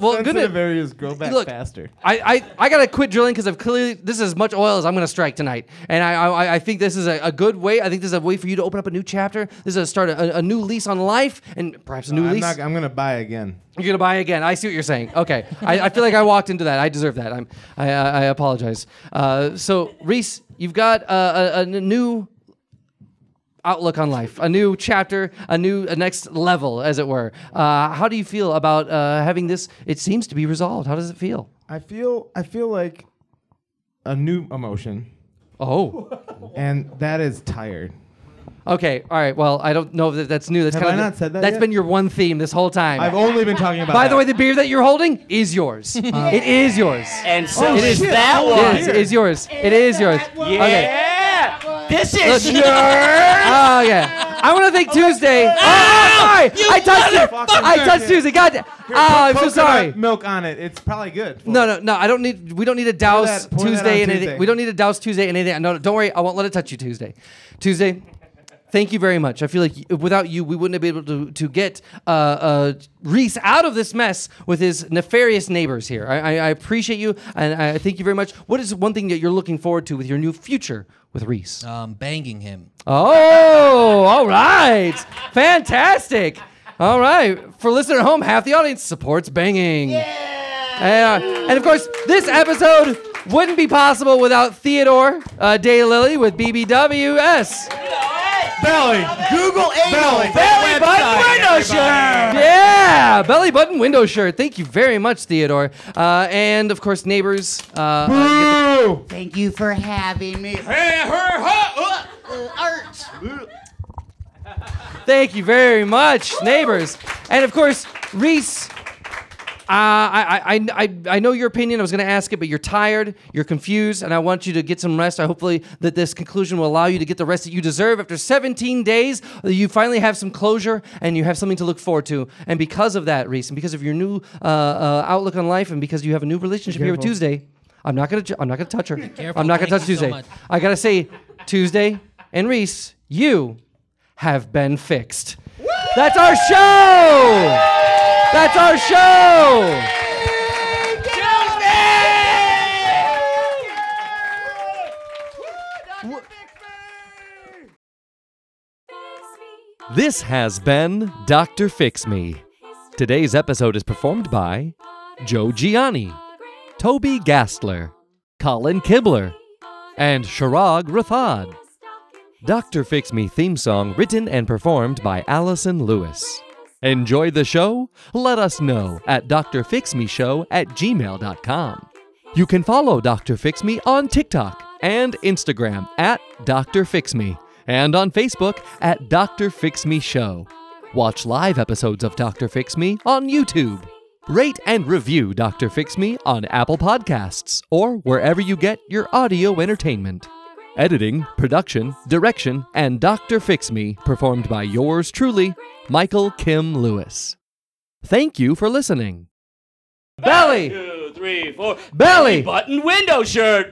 Speaker 1: Well, good.
Speaker 2: Sensitive areas grow back
Speaker 1: Look,
Speaker 2: faster.
Speaker 1: I, I, I gotta quit drilling because I've clearly this is as much oil as I'm gonna strike tonight, and I I, I think this is a, a good way. I think this is a way for you to open up a new chapter. This is a start a, a new lease on life, and perhaps a new
Speaker 2: I'm,
Speaker 1: lease.
Speaker 2: not, I'm gonna buy again.
Speaker 1: You're gonna buy again. I see what you're saying. Okay, I, I feel like I walked into that. I deserve that. I'm I I, I apologize. Uh, so Reese, you've got uh, a, a n- new outlook on life, a new chapter, a new a next level, as it were. Uh, how do you feel about uh, having this? It seems to be resolved. How does it feel?
Speaker 2: I feel I feel like a new emotion,
Speaker 1: Oh.
Speaker 2: and that is tired.
Speaker 1: Okay, all right. Well, I don't know that that's new. That's
Speaker 2: Have
Speaker 1: kind
Speaker 2: I
Speaker 1: of
Speaker 2: not said that
Speaker 1: That's
Speaker 2: yet?
Speaker 1: been your one theme this whole time.
Speaker 2: I've only been talking about.
Speaker 1: By the
Speaker 2: that.
Speaker 1: way, the beer that you're holding is
Speaker 2: [laughs]
Speaker 1: yours.
Speaker 2: Uh.
Speaker 1: it is yours.
Speaker 5: And so
Speaker 2: Oh,
Speaker 5: it is
Speaker 2: shit.
Speaker 5: that
Speaker 2: Oh,
Speaker 5: one.
Speaker 1: It is, it is yours. It is yours. Okay.
Speaker 5: Yeah. This is
Speaker 1: Look.
Speaker 5: your.
Speaker 1: [laughs] Oh yeah. I want to thank Tuesday. Oh, sorry. I touched
Speaker 2: motherfucker.
Speaker 1: I touched Tuesday. God. damn. Oh, I'm so
Speaker 2: Coconut
Speaker 1: sorry.
Speaker 2: Milk on it. It's probably good. for
Speaker 1: No,
Speaker 2: it.
Speaker 1: no, no. I don't need. We don't need to douse
Speaker 2: that- pour that
Speaker 1: Tuesday
Speaker 2: on
Speaker 1: and anything.
Speaker 2: Tuesday.
Speaker 1: We don't need to douse Tuesday and anything. No, don't worry. I won't let it touch you Tuesday. Tuesday. Thank you very much. I feel like y- without you, we wouldn't have been able to, to get uh, uh, Reese out of this mess with his nefarious neighbors here. I, I, I appreciate you and I thank you very much. What is one thing that you're looking forward to with your new future with Reese?
Speaker 6: Um, banging him.
Speaker 1: Oh, all right. Fantastic. All right. For listener at home, half the audience supports banging. Yeah. And, of course, this episode wouldn't be possible without Theodore uh, Daylily with BBWS.
Speaker 2: Belly.
Speaker 8: Google
Speaker 2: Belly.
Speaker 1: Belly button window shirt. Yeah, belly button window shirt. Thank you very much, Theodore. Uh, and of course, neighbors. Uh, uh, you get the-
Speaker 4: Thank you for having me. Art.
Speaker 1: Thank you very much, neighbors. And of course, Reese. Uh, I, I, I, I- I know your opinion. I was going to ask it, but you're tired, you're confused, and I want you to get some rest. I hopefully that this conclusion will allow you to get the rest that you deserve. After 17 days, you finally have some closure and you have something to look forward to. And because of that, Reese, and because of your new uh, uh, outlook on life, and because you have a new relationship here with
Speaker 2: careful.
Speaker 1: Tuesday, I'm not gonna ju- I'm not gonna touch her.
Speaker 6: careful.
Speaker 1: I'm not gonna
Speaker 6: Thank
Speaker 1: touch
Speaker 6: you so
Speaker 1: Tuesday.
Speaker 6: much.
Speaker 1: I gotta say, Tuesday and Reese, you have been fixed. That's our show. That's our show. This has been Dr. Fix Me. Today's episode is performed by Joe Gianni, Toby Gastler, Colin Kibler, and Sharag Rathod. Dr. Fix Me theme song written and performed by Allison Lewis. Enjoy the show? Let us know at drfixmeshow at gmail.com. You can follow Dr. Fix Me on TikTok and Instagram at Dr. Fix Me and on Facebook at Dr. Fix Me Show. Watch live episodes of Dr. Fix Me on YouTube. Rate and review Dr. Fix Me on Apple Podcasts or wherever you get your audio entertainment. Editing, production, direction, and Dr. Fix Me performed by yours truly, Michael Kim Lewis. Thank you for listening. Belly!
Speaker 5: Two, three, four.
Speaker 1: Belly!
Speaker 5: Button window shirt.